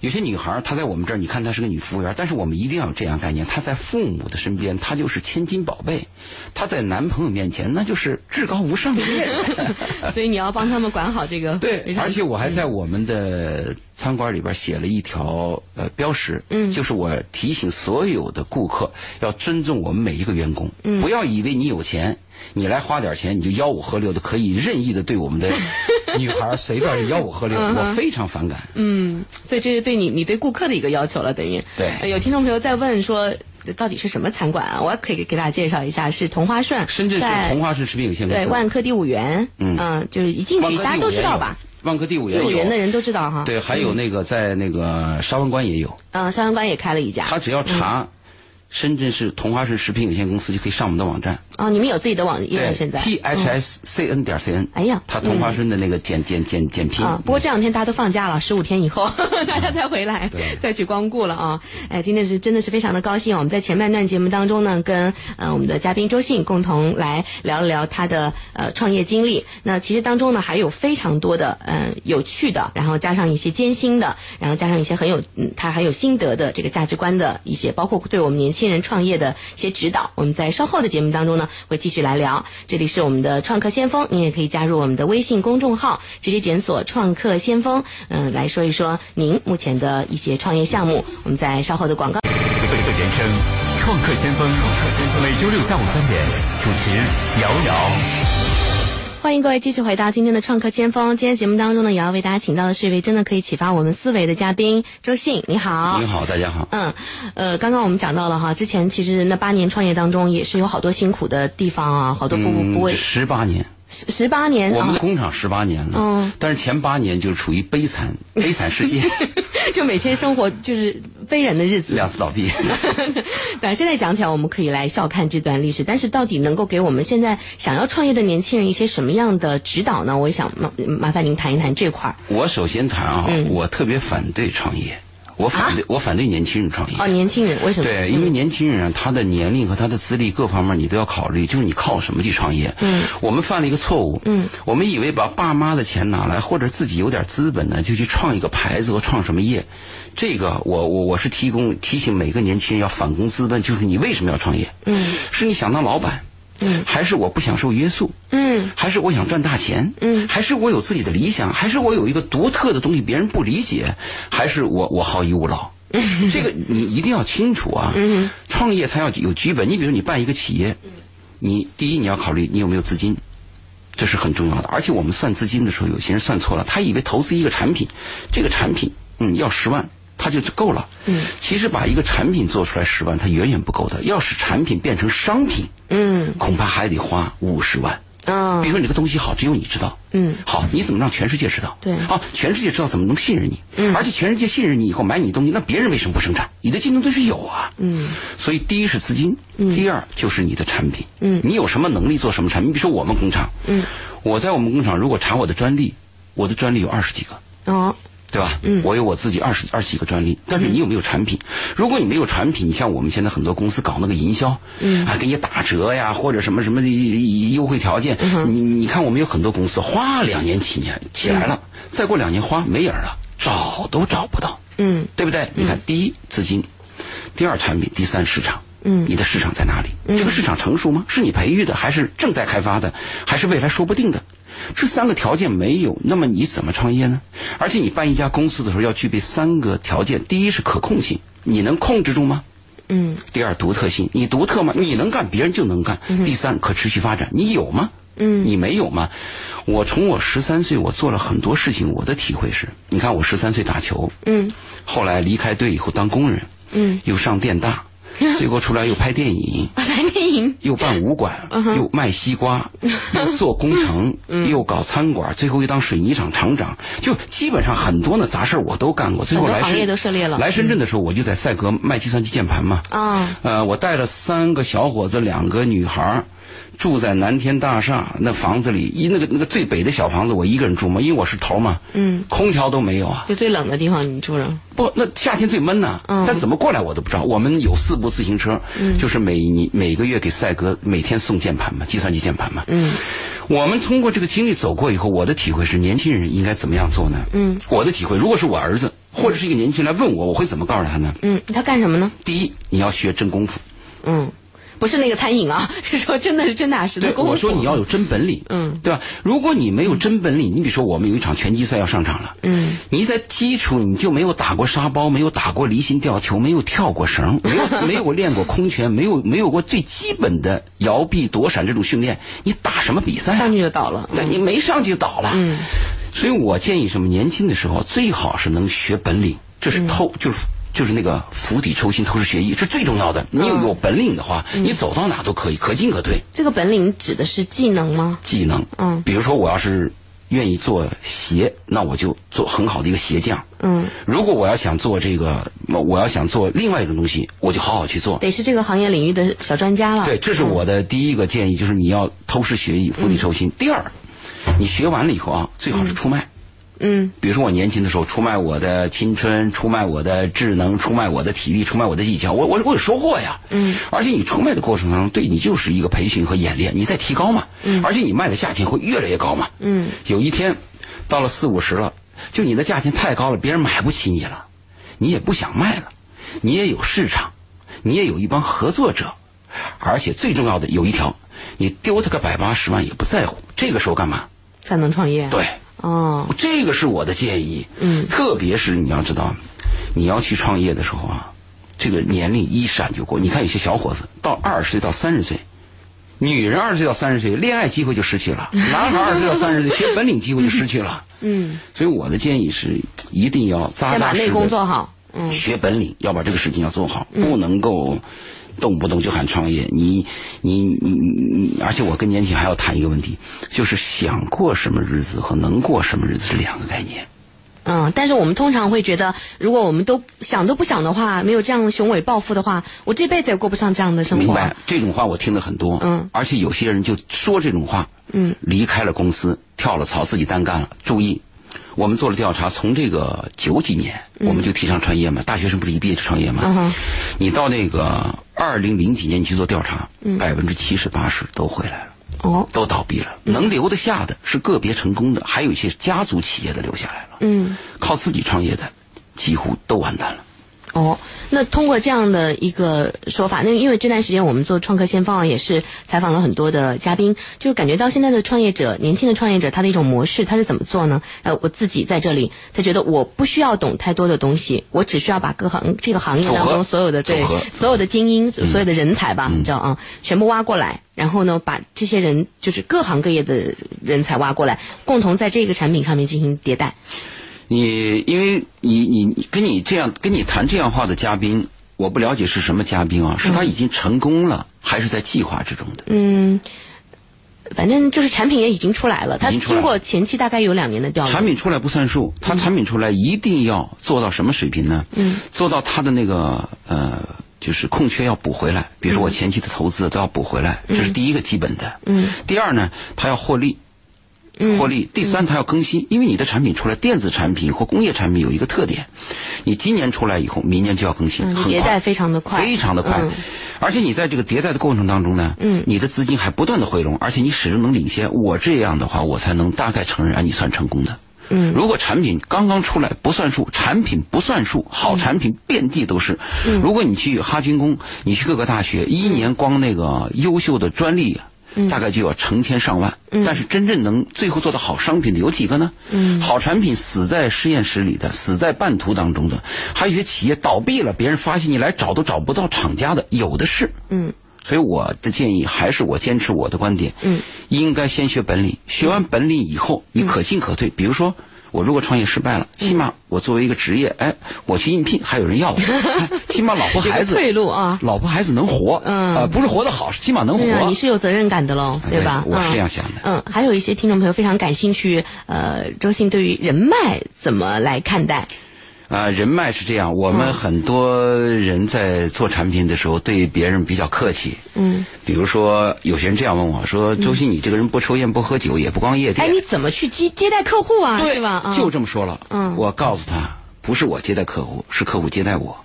[SPEAKER 2] 有些女孩儿她在我们这儿，你看她是个女服务员，但是我们一定要有这样概念，她在父母的身边，她就是千金宝贝；她在男朋友面前，那就是至高无上的恋人。
[SPEAKER 1] 所以你要帮他们管好这个。
[SPEAKER 2] 对，而且我还在我们的餐馆里边写了一条呃标识，
[SPEAKER 1] 嗯
[SPEAKER 2] 就是我提醒所有的顾客要尊重我们每一个员工，
[SPEAKER 1] 嗯
[SPEAKER 2] 不要以为你有钱，你来花点钱你就吆五喝六的，可以任意的对我 们的女孩儿随便吆五喝六，
[SPEAKER 1] 嗯哼
[SPEAKER 2] 我非常反感。
[SPEAKER 1] 嗯，所以这是对你你对顾客的一个要求了，等于。
[SPEAKER 2] 对
[SPEAKER 1] 呃有听众朋友在问说，到底是什么餐馆啊？我可以给大家介绍一下，是同花顺，
[SPEAKER 2] 深圳市
[SPEAKER 1] 在
[SPEAKER 2] 同花顺食品有限公司
[SPEAKER 1] 对，万科第五园，
[SPEAKER 2] 嗯
[SPEAKER 1] 就是一进
[SPEAKER 2] 万
[SPEAKER 1] 去
[SPEAKER 2] 科
[SPEAKER 1] 大家
[SPEAKER 2] 第五
[SPEAKER 1] 都知
[SPEAKER 2] 园
[SPEAKER 1] 道
[SPEAKER 2] 有
[SPEAKER 1] 吧？？
[SPEAKER 2] 万科第五
[SPEAKER 1] 第
[SPEAKER 2] 园
[SPEAKER 1] 五
[SPEAKER 2] 有
[SPEAKER 1] 园的人都知道哈
[SPEAKER 2] 对，还有那个在那个沙湾关也有，
[SPEAKER 1] 嗯，肖阳关也开了一家。嗯
[SPEAKER 2] 他只要查深圳市同花顺食品有限公司就可以上我们的网站。
[SPEAKER 1] 哦，你们有自己的网页了现在
[SPEAKER 2] ，t h
[SPEAKER 1] 嗯
[SPEAKER 2] s c n 点 c n。
[SPEAKER 1] 哎呀
[SPEAKER 2] 他同花顺的那个简简简简拼。
[SPEAKER 1] 啊，不过这两天大家都放假了，十五天以后 大家才回来
[SPEAKER 2] 对，
[SPEAKER 1] 再去光顾了啊！哎，今天是真的是非常的高兴，我们在前半段节目当中呢，跟呃我们的嘉宾周信共同来聊一聊他的呃创业经历。那其实当中呢还有非常多的嗯、呃有趣的，然后加上一些艰辛的，然后加上一些很有嗯他很有心得的这个价值观的一些，包括对我们年轻人创业的一些指导。我们在稍后的节目当中呢会继续来聊。这里是我们的创客先锋，您也可以加入我们的微信公众号，直接检索“创客先锋”，嗯，来说一说您目前的一些创业项目。我们在稍后的广告。
[SPEAKER 3] 北的人生，创客先锋，每周六下午三点，主持瑶瑶。
[SPEAKER 1] 欢迎各位继续回到今天的创客先锋。今天节目当中呢，也要为大家请到的是一位真的可以启发我们思维的嘉宾周信，你好。
[SPEAKER 2] 您好，大家好。
[SPEAKER 1] 嗯，呃，刚刚我们讲到了哈，之前其实那八年创业当中也是有好多辛苦的地方啊，好多不不不为
[SPEAKER 2] 嗯十八年，
[SPEAKER 1] 十十八年
[SPEAKER 2] 我们的
[SPEAKER 1] 啊，
[SPEAKER 2] 工厂十八年了，
[SPEAKER 1] 嗯
[SPEAKER 2] 但是前八年就处于悲惨 悲惨世界，
[SPEAKER 1] 就每天生活就是非人的日子。
[SPEAKER 2] 两次倒闭。
[SPEAKER 1] 对，现在讲起来，我们可以来笑看这段历史，但是到底能够给我们现在想要创业的年轻人一些什么样的指导呢？我也想麻麻烦您谈一谈这块儿。
[SPEAKER 2] 我首先谈啊，
[SPEAKER 1] 嗯啊
[SPEAKER 2] 我特别反对创业，我反对、我反对年轻人创业。
[SPEAKER 1] 哦，年轻人为什么？
[SPEAKER 2] 嗯
[SPEAKER 1] 嗯
[SPEAKER 2] 对，因为年轻人啊，他的年龄和他的资历各方面你都要考虑，就是你靠什么去创业。
[SPEAKER 1] 嗯
[SPEAKER 2] 我们犯了一个错误。
[SPEAKER 1] 嗯，
[SPEAKER 2] 我们以为把爸妈的钱拿来，或者自己有点资本呢，就去创一个牌子或创什么业。这个我我我是提供提醒每个年轻人要反躬自问，就是你为什么要创业？
[SPEAKER 1] 嗯
[SPEAKER 2] 是你想当老板，
[SPEAKER 1] 嗯
[SPEAKER 2] 还是我不想受约束？
[SPEAKER 1] 嗯
[SPEAKER 2] 还是我想赚大钱，
[SPEAKER 1] 嗯
[SPEAKER 2] 还是我有自己的理想，还是我有一个独特的东西别人不理解，还是我我好逸恶劳？这个你一定要清楚啊。
[SPEAKER 1] 嗯
[SPEAKER 2] 创业它要有剧本，你比如你办一个企业，你第一你要考虑你有没有资金。这是很重要的，而且我们算资金的时候，有些人算错了，他以为投资一个产品，这个产品嗯要十万，他就够了。
[SPEAKER 1] 嗯
[SPEAKER 2] 其实把一个产品做出来十万，它远远不够的。要使产品变成商品，
[SPEAKER 1] 嗯
[SPEAKER 2] 恐怕还得花五十万。
[SPEAKER 1] 啊
[SPEAKER 2] 比如说你这个东西好，只有你知道。
[SPEAKER 1] 嗯
[SPEAKER 2] 好，你怎么让全世界知道？
[SPEAKER 1] 对
[SPEAKER 2] 啊，全世界知道怎么能信任你？
[SPEAKER 1] 嗯
[SPEAKER 2] 而且全世界信任你以后买你的东西，那别人为什么不生产？你的竞争对手有啊。
[SPEAKER 1] 嗯，
[SPEAKER 2] 所以第一是资金，
[SPEAKER 1] 嗯
[SPEAKER 2] 第二就是你的产品。
[SPEAKER 1] 嗯
[SPEAKER 2] 你有什么能力做什么产品？比如说我们工厂，
[SPEAKER 1] 嗯，
[SPEAKER 2] 我在我们工厂如果查我的专利，我的专利有二十几个。
[SPEAKER 1] 哦
[SPEAKER 2] 对吧？
[SPEAKER 1] 嗯
[SPEAKER 2] 我有我自己二十二十几个专利，但是你有没有产品？如果你没有产品，你像我们现在很多公司搞那个营销，
[SPEAKER 1] 嗯
[SPEAKER 2] 啊，给你打折呀，或者什么什么优惠条件，
[SPEAKER 1] 嗯哼
[SPEAKER 2] 你你看我们有很多公司花两年起年起来
[SPEAKER 1] 嗯
[SPEAKER 2] 了，再过两年花没影儿了，找都找不到，
[SPEAKER 1] 嗯
[SPEAKER 2] 对不对？你看，第一资金，第二产品，第三市场。
[SPEAKER 1] 嗯
[SPEAKER 2] 你的市场在哪里？
[SPEAKER 1] 嗯
[SPEAKER 2] 这个市场成熟吗？是你培育的，还是正在开发的，还是未来说不定的？这三个条件没有，那么你怎么创业呢？而且你办一家公司的时候要具备三个条件：第一是可控性，你能控制住吗？
[SPEAKER 1] 嗯
[SPEAKER 2] 第二独特性，你独特吗？你能干，别人就能干
[SPEAKER 1] 嗯哼。
[SPEAKER 2] 第三可持续发展，你有吗？
[SPEAKER 1] 嗯
[SPEAKER 2] 你没有吗？我从我十三岁，我做了很多事情，我的体会是，你看我十三岁打球，
[SPEAKER 1] 嗯
[SPEAKER 2] 后来离开队以后当工人，
[SPEAKER 1] 嗯，
[SPEAKER 2] 又上 电大，最后出来又拍电影，
[SPEAKER 1] 蓝电影，
[SPEAKER 2] 又办武馆，
[SPEAKER 1] 嗯哼
[SPEAKER 2] 又卖西 瓜，又做工程，
[SPEAKER 1] 嗯
[SPEAKER 2] 又搞餐馆，最后又当水泥厂厂长，就基本上很多的杂事儿我都干过。最后
[SPEAKER 1] 很多
[SPEAKER 2] 来
[SPEAKER 1] 行
[SPEAKER 2] 深
[SPEAKER 1] 业都涉猎了嗯
[SPEAKER 2] 来深圳的时候，我就在赛格卖计算机键盘嘛。
[SPEAKER 1] 啊
[SPEAKER 2] 呃，我带了三个小伙子，两个女孩儿住在南天大厦那房子里，一那个那个最北的小房子，我一个人住嘛，因为我是头儿嘛，
[SPEAKER 1] 嗯
[SPEAKER 2] 空调都没有啊，
[SPEAKER 1] 就最冷的地方你住了，
[SPEAKER 2] 不，那夏天最闷呐、
[SPEAKER 1] 嗯
[SPEAKER 2] 但怎么过来我都不知道。我们有四部自行车，
[SPEAKER 1] 嗯
[SPEAKER 2] 就是每你每个月给赛格每天送键盘嘛，计算机键盘嘛。
[SPEAKER 1] 嗯
[SPEAKER 2] 我们通过这个经历走过以后，我的体会是，年轻人应该怎么样做呢？
[SPEAKER 1] 嗯
[SPEAKER 2] 我的体会，如果是我儿子或者是一个年轻人来问我，我会怎么告诉他呢？
[SPEAKER 1] 嗯，他干什么呢？
[SPEAKER 2] 第一，你要学真功夫。
[SPEAKER 1] 嗯，不是那个餐饮啊， 是说真的是真打实的
[SPEAKER 2] 对，
[SPEAKER 1] 功夫。
[SPEAKER 2] 我说你要有真本领，
[SPEAKER 1] 嗯
[SPEAKER 2] 对吧？如果你没有真本领，你比如说我们有一场拳击赛要上场了，
[SPEAKER 1] 嗯
[SPEAKER 2] 你在基础你就没有打过沙包，没有打过离心吊球，没有跳过 绳，没有没有练过空拳，没有没有过最基本的摇臂躲闪这种训练，你打什么比赛、啊？
[SPEAKER 1] 上去就倒了。
[SPEAKER 2] 对，你没上去就倒了。
[SPEAKER 1] 嗯，
[SPEAKER 2] 所以我建议什么？年轻的时候最好是能学本领，这
[SPEAKER 1] 嗯
[SPEAKER 2] 是透，就是就是那个釜底抽薪、透视学艺，是最重要
[SPEAKER 1] 嗯
[SPEAKER 2] 的。你有有本领的话，你走到哪都可以，可进可退。
[SPEAKER 1] 这个本领指的是技能吗？
[SPEAKER 2] 技能，
[SPEAKER 1] 嗯
[SPEAKER 2] 比如说我要是愿意做鞋，那我就做很好的一个鞋匠。
[SPEAKER 1] 嗯，
[SPEAKER 2] 如果我要想做这个，我要想做另外一种东西，我就好好去做。
[SPEAKER 1] 得是这个行业领域的小专家了。
[SPEAKER 2] 对，这是我的第一个建议，就是你要偷师学艺，釜底抽薪。第二，你学完了以后啊，最好是出卖。
[SPEAKER 1] 嗯。
[SPEAKER 2] 比如说我年轻的时候，出卖我的青春，出卖我的智能，出卖我的体力，出卖我的技巧，我我我有收获呀。
[SPEAKER 1] 嗯
[SPEAKER 2] 而且你出卖的过程当中，对你就是一个培训和演练，你在提高嘛。
[SPEAKER 1] 嗯
[SPEAKER 2] 而且你卖的价钱会越来越高嘛。
[SPEAKER 1] 嗯
[SPEAKER 2] 有一天到了四五十了，就你的价钱太高了，别人买不起你了，你也不想卖了，你也有市场，你也有一帮合作者，而且最重要的有一条，你丢他个百八十万也不在乎。这个时候干嘛？
[SPEAKER 1] 嗯，才能创业。
[SPEAKER 2] 对。
[SPEAKER 1] 哦，
[SPEAKER 2] 这个是我的建议。
[SPEAKER 1] 嗯
[SPEAKER 2] 特别是你要知道，你要去创业的时候啊，这个年龄一闪就过。你看有些小伙子到二十岁到三十岁。女人二十岁到三十岁，恋爱机会就失去了；男孩二十岁到三十岁，学本领机会就失去了。
[SPEAKER 1] 嗯，
[SPEAKER 2] 所以我的建议是，一定要扎
[SPEAKER 1] 先把
[SPEAKER 2] 扎实实
[SPEAKER 1] 内
[SPEAKER 2] 地
[SPEAKER 1] 功做好。嗯，
[SPEAKER 2] 学本领，要把这个事情要做好，
[SPEAKER 1] 嗯
[SPEAKER 2] 不能够动不动就喊创业。你你你你，你而且我跟年轻还要谈一个问题，就是想过什么日子和能过什么日子是两个概念。
[SPEAKER 1] 嗯，但是我们通常会觉得，如果我们都想都不想的话，没有这样雄伟抱负的话，我这辈子也过不上这样的生活。啊
[SPEAKER 2] 明白？这种话我听了很多，
[SPEAKER 1] 嗯
[SPEAKER 2] 而且有些人就说这种话，
[SPEAKER 1] 嗯
[SPEAKER 2] 离开了公司，跳了槽，自己单干了。注意，我们做了调查，从这个九几年，
[SPEAKER 1] 嗯
[SPEAKER 2] 我们就提倡创业嘛，大学生不是一毕业就创业嘛？
[SPEAKER 1] 嗯哼
[SPEAKER 2] 你到那个二零零几年，你去做调查
[SPEAKER 1] 嗯，
[SPEAKER 2] 百分之七十八十都回来了。
[SPEAKER 1] 哦，
[SPEAKER 2] 都倒闭了，能留得下的是个别成功的，还有一些家族企业的留下来了。
[SPEAKER 1] 嗯，
[SPEAKER 2] 靠自己创业的几乎都完蛋了。
[SPEAKER 1] 哦，那通过这样的一个说法，那因为这段时间我们做创客先锋啊，也是采访了很多的嘉宾，就感觉到现在的创业者，年轻的创业者他的一种模式，他是怎么做呢？呃，我自己在这里，他觉得我不需要懂太多的东西，我只需要把各行这个行业当
[SPEAKER 2] 组
[SPEAKER 1] 中
[SPEAKER 2] 合
[SPEAKER 1] 所有的对
[SPEAKER 2] 组合
[SPEAKER 1] 所有的精英、所有的人才吧，
[SPEAKER 2] 嗯
[SPEAKER 1] 你知道啊，全部挖过来，然后呢，把这些人就是各行各业的人才挖过来，共同在这个产品上面进行迭代。
[SPEAKER 2] 你因为你你你跟你这样跟你谈这样话的嘉宾，我不了解是什么嘉宾啊，是他已经成功了，还是在计划之中的？
[SPEAKER 1] 嗯，反正就是产品也已经出来了，它
[SPEAKER 2] 已经出来
[SPEAKER 1] 经
[SPEAKER 2] 了
[SPEAKER 1] 过前期大概有两年的调研。
[SPEAKER 2] 产品出来不算数，它产品出来一定要做到什么水平呢？
[SPEAKER 1] 嗯
[SPEAKER 2] 做到它的那个呃，就是空缺要补回来，比如说我前期的投资都要补回来，这是第一个基本的。
[SPEAKER 1] 嗯
[SPEAKER 2] 第二呢，它要获利。
[SPEAKER 1] 嗯
[SPEAKER 2] 获利。第三，它要更新，因为你的产品出来，电子产品或工业产品有一个特点，你今年出来以后，明年就要更新，
[SPEAKER 1] 嗯
[SPEAKER 2] 很
[SPEAKER 1] 迭代
[SPEAKER 2] 快
[SPEAKER 1] 非常的快
[SPEAKER 2] 非常的快
[SPEAKER 1] 嗯。
[SPEAKER 2] 而且你在这个迭代的过程当中呢，
[SPEAKER 1] 嗯
[SPEAKER 2] 你的资金还不断的回笼，而且你始终能领先。我这样的话，我才能大概承认，啊，你算成功的。
[SPEAKER 1] 嗯
[SPEAKER 2] 如果产品刚刚出来不算数，产品不算数，好产品遍地都是。
[SPEAKER 1] 嗯
[SPEAKER 2] 如果你去哈军工，你去各个大学，一年光那个优秀的专利啊
[SPEAKER 1] 嗯
[SPEAKER 2] 大概就要成千上万。
[SPEAKER 1] 嗯
[SPEAKER 2] 但是真正能最后做到好商品的有几个呢？
[SPEAKER 1] 嗯
[SPEAKER 2] 好产品死在实验室里的，死在半途当中的，还有一些企业倒闭了，别人发现你来找都找不到厂家的，有的是。
[SPEAKER 1] 嗯
[SPEAKER 2] 所以我的建议还是我坚持我的观点，
[SPEAKER 1] 嗯，
[SPEAKER 2] 应该先学本领，学完本领以后，你可进可退。比如说，我如果创业失败了，
[SPEAKER 1] 嗯
[SPEAKER 2] 起码我作为一个职业，哎，我去应聘还有人 要我， 哎起码老婆孩
[SPEAKER 1] 有个
[SPEAKER 2] 子
[SPEAKER 1] 退路啊
[SPEAKER 2] 老婆孩子能活，
[SPEAKER 1] 嗯
[SPEAKER 2] 呃不是活得好，起码能活。
[SPEAKER 1] 对啊，你是有责任感的喽，
[SPEAKER 2] 对
[SPEAKER 1] 吧？
[SPEAKER 2] 哎我是
[SPEAKER 1] 嗯
[SPEAKER 2] 这样想的
[SPEAKER 1] 嗯，还有一些听众朋友非常感兴趣，呃，周信对于人脉怎么来看待？
[SPEAKER 2] 啊，人脉是这样，我
[SPEAKER 1] 嗯
[SPEAKER 2] 们很多人在做产品的时候，对别人比较客气。
[SPEAKER 1] 嗯，
[SPEAKER 2] 比如说，有些人这样问我说：“周鑫，你这个人不抽烟、不喝酒，也不逛夜店。”
[SPEAKER 1] 哎，你怎么去接接待客户啊？
[SPEAKER 2] 对
[SPEAKER 1] 是吧？啊
[SPEAKER 2] 就这么说了。
[SPEAKER 1] 嗯
[SPEAKER 2] 我告诉他，不是我接待客户，是客户接待我。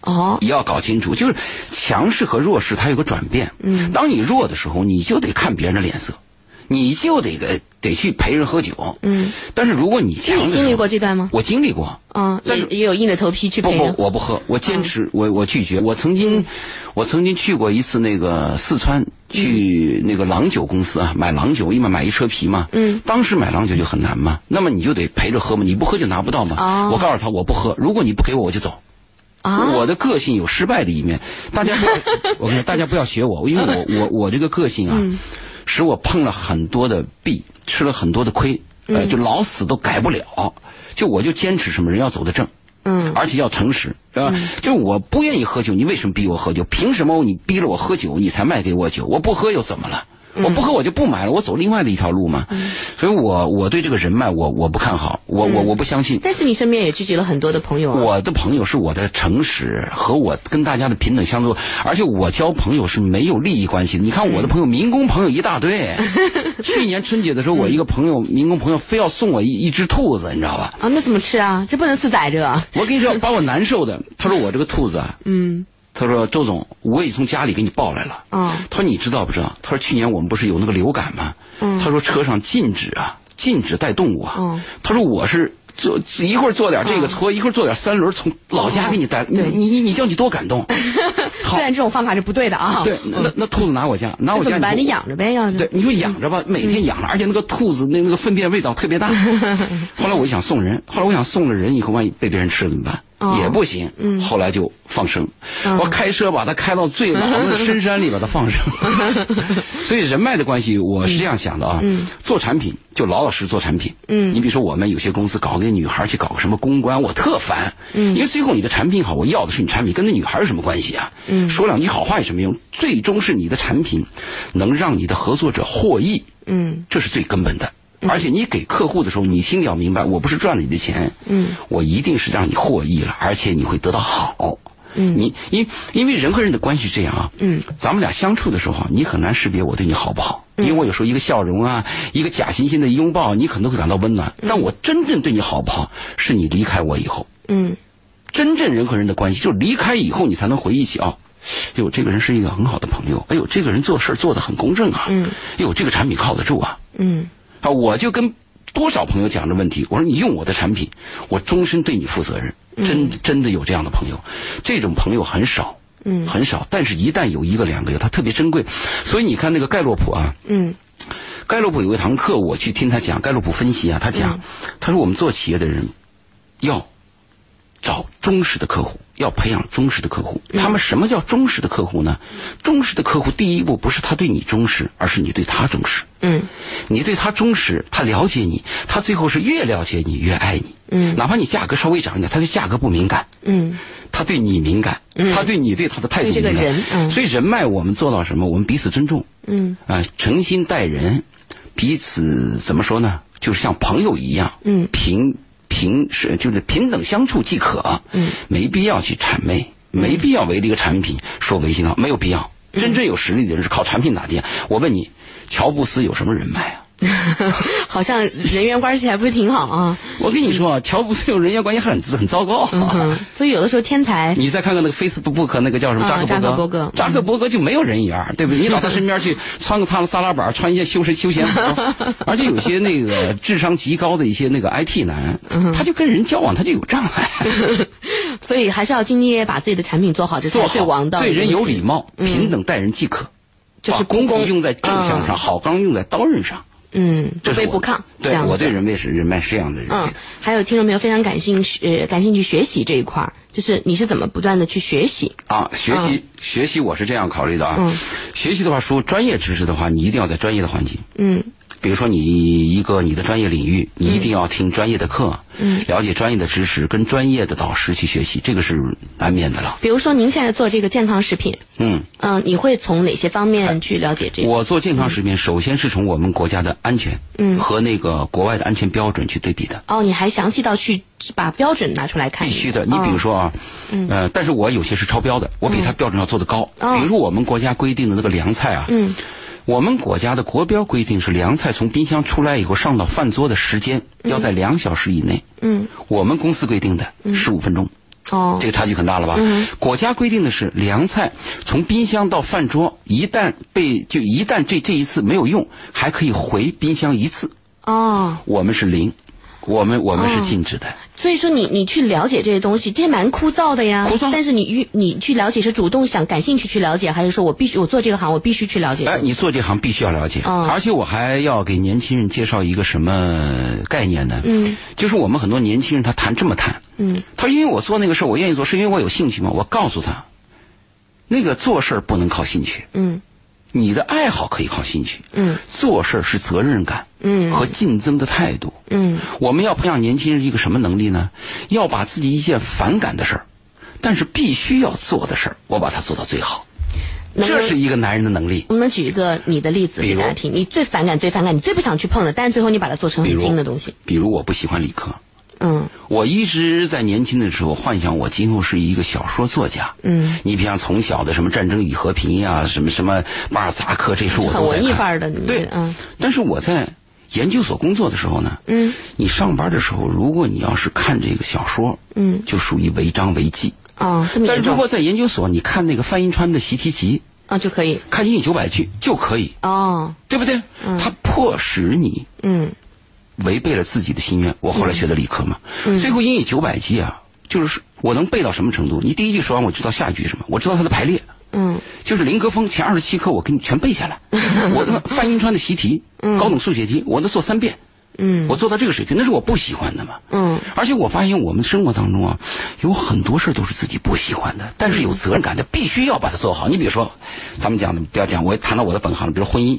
[SPEAKER 1] 哦，
[SPEAKER 2] 你要搞清楚，就是强势和弱势它有个转变。
[SPEAKER 1] 嗯
[SPEAKER 2] 当你弱的时候，你就得看别人的脸色。你就得给得去陪人喝酒。
[SPEAKER 1] 嗯，
[SPEAKER 2] 但是如果你
[SPEAKER 1] 是
[SPEAKER 2] 强
[SPEAKER 1] 你
[SPEAKER 2] 制
[SPEAKER 1] 经历过这段吗？
[SPEAKER 2] 我经历过，
[SPEAKER 1] 嗯，
[SPEAKER 2] 但
[SPEAKER 1] 也
[SPEAKER 2] 是
[SPEAKER 1] 也有硬着头皮去
[SPEAKER 2] 不
[SPEAKER 1] 陪嗯
[SPEAKER 2] 不
[SPEAKER 1] 呢，
[SPEAKER 2] 我不喝，我坚持，我我拒绝。我曾经，我曾经去过一次那个四川，去那个郎酒公司啊，买郎酒，一买买一车皮嘛。
[SPEAKER 1] 嗯
[SPEAKER 2] 当时买郎酒就很难嘛，那么你就得陪着喝嘛，你不喝就拿不到嘛。
[SPEAKER 1] 哦
[SPEAKER 2] 我告诉他我不喝，如果你不给我我就走。
[SPEAKER 1] 啊，
[SPEAKER 2] 我的个性有失败的一面，大家 不要，我跟你说，大家不要学我，因为我我我这个个性啊，
[SPEAKER 1] 嗯
[SPEAKER 2] 使我碰了很多的弊，吃了很多的亏，呃，
[SPEAKER 1] 嗯
[SPEAKER 2] 就老死都改不了，就我就坚持什么人要走得正。
[SPEAKER 1] 嗯
[SPEAKER 2] 而且要诚实，啊，就是我不愿意喝酒，你为什么逼我喝酒？凭什么你逼了我喝酒，你才卖给我酒？我不喝又怎么了？
[SPEAKER 1] 嗯
[SPEAKER 2] 我不喝我就不买了，我走另外的一条路嘛。所以我我对这个人脉我我不看好，我我
[SPEAKER 1] 嗯
[SPEAKER 2] 我不相信。
[SPEAKER 1] 但是你身边也聚集了很多的朋友啊，
[SPEAKER 2] 我的朋友是我的诚实和我跟大家的平等相处，而且我交朋友是没有利益关系的。你看我的朋友，民工朋友一大堆。去年春节的时候，我一个朋友，民工朋友非要送我一一只兔子，你知道吧？
[SPEAKER 1] 啊，那怎么吃啊？这不能自宰着啊，
[SPEAKER 2] 我跟你说，把我难受的。他说我这个兔子啊，
[SPEAKER 1] 嗯
[SPEAKER 2] 他说：“周总，我已从家里给你抱来了。
[SPEAKER 1] 啊
[SPEAKER 2] 他说：“你知道不知道？”他说：“去年我们不是有那个流感吗？”
[SPEAKER 1] 嗯
[SPEAKER 2] 他说：“车上禁止啊，禁止带动物啊。
[SPEAKER 1] 嗯
[SPEAKER 2] 他说：“我是做一会儿做点这个
[SPEAKER 1] 嗯哦
[SPEAKER 2] 搓，一会儿做点三轮，从老家给你带。你
[SPEAKER 1] 对
[SPEAKER 2] 你你你叫你多 感动。好
[SPEAKER 1] 虽然这种方法是不对的啊，
[SPEAKER 2] 对，
[SPEAKER 1] 嗯
[SPEAKER 2] 那那兔子拿我家，拿
[SPEAKER 1] 那
[SPEAKER 2] 我
[SPEAKER 1] 怎
[SPEAKER 2] 家
[SPEAKER 1] 么办？
[SPEAKER 2] 说
[SPEAKER 1] 你养着呗，要是嗯
[SPEAKER 2] 对，你说养着吧，每天养着，而且那个兔子那那个粪便味道特 别大。后来我就想送人，后来我想送了人以后，万一被别人吃了怎么办？
[SPEAKER 1] 哦
[SPEAKER 2] 也不行。
[SPEAKER 1] 嗯
[SPEAKER 2] 后来就放生，
[SPEAKER 1] 嗯
[SPEAKER 2] 我开车把它开到最老的深山里把它 放生。所以人脉的关系，我是这样想的啊，
[SPEAKER 1] 嗯
[SPEAKER 2] 做产品就老老实实做产品。
[SPEAKER 1] 嗯
[SPEAKER 2] 你比如说我们有些公司搞个女孩去搞个什么公关，我特烦。
[SPEAKER 1] 嗯
[SPEAKER 2] 因为最后你的产品好，我要的是你产品，跟那女孩有什么关系啊？
[SPEAKER 1] 嗯
[SPEAKER 2] 说两句好话有什么用？最终是你的产品能让你的合作者获益，
[SPEAKER 1] 嗯
[SPEAKER 2] 这是最根本的。
[SPEAKER 1] 嗯
[SPEAKER 2] 而且你给客户的时候，你心里要明白，我不是赚了你的钱，
[SPEAKER 1] 嗯
[SPEAKER 2] 我一定是让你获益了，而且你会得到好。
[SPEAKER 1] 嗯
[SPEAKER 2] 你因因为人和人的关系是这样啊，
[SPEAKER 1] 嗯
[SPEAKER 2] 咱们俩相处的时候啊，你很难识别我对你好不好，
[SPEAKER 1] 嗯
[SPEAKER 2] 因为我有时候一个笑容啊，一个假惺惺的拥抱，你可能会感到温暖，但我真正对你好不好，是你离开我以后。
[SPEAKER 1] 嗯
[SPEAKER 2] 真正人和人的关系，就是离开以后，你才能回忆起啊。哎呦，这个人是一个很好的朋友。哎呦，这个人做事儿做得很公正啊。
[SPEAKER 1] 嗯
[SPEAKER 2] 哎呦，这个产品靠得住啊。
[SPEAKER 1] 嗯
[SPEAKER 2] 啊，我就跟多少朋友讲这问题，我说你用我的产品，我终身对你负责任。真真的有这样的朋友，这种朋友很少，
[SPEAKER 1] 嗯
[SPEAKER 2] 很少。但是，一旦有一个两个有，他特别珍贵。所以你看那个盖洛普啊，
[SPEAKER 1] 嗯
[SPEAKER 2] 盖洛普有一堂课，我去听他讲盖洛普分析啊，他讲，
[SPEAKER 1] 嗯
[SPEAKER 2] 他说我们做企业的人要找忠实的客户，要培养忠实的客户。
[SPEAKER 1] 嗯
[SPEAKER 2] 他们什么叫忠实的客户呢？忠实的客户第一步不是他对你忠实，而是你对他忠实。
[SPEAKER 1] 嗯
[SPEAKER 2] 你对他忠实，他了解你，他最后是越了解你越爱你。
[SPEAKER 1] 嗯
[SPEAKER 2] 哪怕你价格稍微涨一点，他对价格不敏感。
[SPEAKER 1] 嗯
[SPEAKER 2] 他对你敏感，
[SPEAKER 1] 嗯
[SPEAKER 2] 他对你对他的态度
[SPEAKER 1] 对这
[SPEAKER 2] 敏
[SPEAKER 1] 个
[SPEAKER 2] 感，
[SPEAKER 1] 人嗯
[SPEAKER 2] 所以人脉我们做到什么？我们彼此尊重，
[SPEAKER 1] 嗯
[SPEAKER 2] 啊，诚心待人，彼此怎么说呢？就是像朋友一样，
[SPEAKER 1] 嗯
[SPEAKER 2] 平平是就是平等相处即可，
[SPEAKER 1] 嗯，
[SPEAKER 2] 没必要去谄媚，没必要为了一个产品说违心了，没有必要。
[SPEAKER 1] 嗯
[SPEAKER 2] 真正有实力的人是靠产品打天。我问你，乔布斯有什么人脉啊？
[SPEAKER 1] 好像人员关系还不是挺好啊。
[SPEAKER 2] 我跟你说啊，乔布斯有人家关系很很糟糕。
[SPEAKER 1] 嗯哼，所以有的时候天才，
[SPEAKER 2] 你再看看那个 Facebook 那个叫什么
[SPEAKER 1] 哎啊
[SPEAKER 2] 扎克
[SPEAKER 1] 扎克伯
[SPEAKER 2] 伯格，
[SPEAKER 1] 格嗯
[SPEAKER 2] 扎克伯格就没有人缘儿，对不对？你到他身边去，穿个擦沙拉板，穿一些休闲休 闲服，而且有些那个智商极高的一些那个 IT 男
[SPEAKER 1] 嗯，
[SPEAKER 2] 他就跟人交往他就有障 碍。
[SPEAKER 1] 所以还是要尽力把自己的产品做好，这
[SPEAKER 2] 做
[SPEAKER 1] 才是
[SPEAKER 2] 好
[SPEAKER 1] 王道。
[SPEAKER 2] 对人有礼貌，
[SPEAKER 1] 嗯
[SPEAKER 2] 平等待人即可，
[SPEAKER 1] 就是
[SPEAKER 2] 把
[SPEAKER 1] 公
[SPEAKER 2] 工
[SPEAKER 1] 公
[SPEAKER 2] 具用在正向
[SPEAKER 1] 嗯
[SPEAKER 2] 上，好钢用在刀刃上。
[SPEAKER 1] 嗯，不
[SPEAKER 2] 这是
[SPEAKER 1] 卑
[SPEAKER 2] 我
[SPEAKER 1] 不亢。这
[SPEAKER 2] 对
[SPEAKER 1] 样子
[SPEAKER 2] 我对人脉是人脉是这样的人。
[SPEAKER 1] 嗯，还有听众朋友非常感兴趣，呃，感兴趣学习这一块儿，就是你是怎么不断的去学习？
[SPEAKER 2] 啊，学习、学习我是这样考虑的啊，
[SPEAKER 1] 嗯
[SPEAKER 2] 学习的话，说专业知识的话，你一定要在专业的环境，
[SPEAKER 1] 嗯
[SPEAKER 2] 比如说你一个你的专业领域，你一定要听专业的课，
[SPEAKER 1] 嗯
[SPEAKER 2] 了解专业的知识，跟专业的导师去学习，这个是难免的了。
[SPEAKER 1] 比如说您现在做这个健康食品，
[SPEAKER 2] 嗯，
[SPEAKER 1] 嗯、你会从哪些方
[SPEAKER 2] 哎
[SPEAKER 1] 面去了解这个？
[SPEAKER 2] 我做健康食品，首先是从我们国家的安全，
[SPEAKER 1] 嗯
[SPEAKER 2] 和那个国外的安全标准去对比的。
[SPEAKER 1] 哦，你还详细到去把标准拿出来看一
[SPEAKER 2] 必
[SPEAKER 1] 下？
[SPEAKER 2] 须的，你比如说啊，
[SPEAKER 1] 嗯
[SPEAKER 2] 呃，但是我有些是超标的，我比他标准要做得高。
[SPEAKER 1] 哦
[SPEAKER 2] 比如说我们国家规定的那个凉菜啊，
[SPEAKER 1] 嗯，
[SPEAKER 2] 我们国家的国标规定是凉菜从冰箱出来以后上到饭桌的时间要在两小时以内，
[SPEAKER 1] 嗯，
[SPEAKER 2] 我们公司规定的
[SPEAKER 1] 嗯
[SPEAKER 2] 十五分钟。
[SPEAKER 1] 哦
[SPEAKER 2] 这个差距很大了吧？
[SPEAKER 1] 嗯
[SPEAKER 2] 国家规定的是凉菜从冰箱到饭桌，一旦被就一旦这这一次没有用，还可以回冰箱一次。
[SPEAKER 1] 哦，
[SPEAKER 2] 我们是零，我们我们
[SPEAKER 1] 哦
[SPEAKER 2] 是禁止的。哎
[SPEAKER 1] 所以说你你去了解这些东西，这蛮枯燥的呀。
[SPEAKER 2] 枯燥
[SPEAKER 1] 但是你遇你去了解是主动想感兴趣去了解，还是说我必须我做这个行我必须去了解？
[SPEAKER 2] 哎，你做这行必须要了解，
[SPEAKER 1] 哦
[SPEAKER 2] 而且我还要给年轻人介绍一个什么概念呢？
[SPEAKER 1] 嗯
[SPEAKER 2] 就是我们很多年轻人他谈这么谈，
[SPEAKER 1] 嗯
[SPEAKER 2] 他说因为我做那个事儿我愿意做，是因为我有兴趣吗？我告诉他，那个做事儿不能靠兴趣，
[SPEAKER 1] 嗯
[SPEAKER 2] 你的爱好可以靠兴趣，
[SPEAKER 1] 嗯
[SPEAKER 2] 做事儿是责任感
[SPEAKER 1] 嗯
[SPEAKER 2] 和竞争的态度。
[SPEAKER 1] 嗯
[SPEAKER 2] 我们要培养年轻人一个什么能力呢？要把自己一件反感的事儿，但是必须要做的事儿，我把它做到最好，
[SPEAKER 1] 能不能
[SPEAKER 2] 这是一个男人的能力。
[SPEAKER 1] 我们举一个你的例子
[SPEAKER 2] 比
[SPEAKER 1] 给
[SPEAKER 2] 如
[SPEAKER 1] 大家听，你最反感、最反感、你最不想去碰的，但是最后你把它做成
[SPEAKER 2] 比
[SPEAKER 1] 很
[SPEAKER 2] 如
[SPEAKER 1] 精嗯的东西。
[SPEAKER 2] 比如我不喜欢理科，
[SPEAKER 1] 嗯
[SPEAKER 2] 我一直在年轻的时候幻想我今后是一个小说作家。
[SPEAKER 1] 嗯，
[SPEAKER 2] 你比方从小的什么《战争与和平》呀，什么什么巴尔扎克这书我
[SPEAKER 1] 很
[SPEAKER 2] 都在
[SPEAKER 1] 文艺
[SPEAKER 2] 看。
[SPEAKER 1] 范儿的，你
[SPEAKER 2] 对，
[SPEAKER 1] 嗯
[SPEAKER 2] 但是我在研究所工作的时候呢，
[SPEAKER 1] 嗯
[SPEAKER 2] 你上班的时候，如果你要是看这个小说，
[SPEAKER 1] 嗯
[SPEAKER 2] 就属于违章违纪。
[SPEAKER 1] 哦，这么
[SPEAKER 2] 但
[SPEAKER 1] 严
[SPEAKER 2] 如
[SPEAKER 1] 重
[SPEAKER 2] 果在研究所，你看那个范银川的习题集，
[SPEAKER 1] 啊就可以
[SPEAKER 2] 看《英语九百句》就可以，
[SPEAKER 1] 哦
[SPEAKER 2] 对不对？
[SPEAKER 1] 嗯
[SPEAKER 2] 它迫使你
[SPEAKER 1] 嗯
[SPEAKER 2] 违背了自己的心愿。我后来学的理科嘛，
[SPEAKER 1] 嗯
[SPEAKER 2] 最后英语九百级啊，就是我能背到什么程度？你第一句说完，我知道下一句是什么，我知道它的排列，
[SPEAKER 1] 嗯
[SPEAKER 2] 就是林格峰前二十七课我给你全背 下来。我那范银川的习题，
[SPEAKER 1] 嗯
[SPEAKER 2] 高等数学题，我能做三遍，
[SPEAKER 1] 嗯
[SPEAKER 2] 我做到这个水平，那是我不喜欢的嘛。
[SPEAKER 1] 嗯
[SPEAKER 2] 而且我发现我们生活当中啊，有很多事儿都是自己不喜欢的，但是
[SPEAKER 1] 嗯
[SPEAKER 2] 有责任感的，必须要把它做好。你比如说，咱们讲的不要讲，我也谈到我的本行了，比如 婚姻。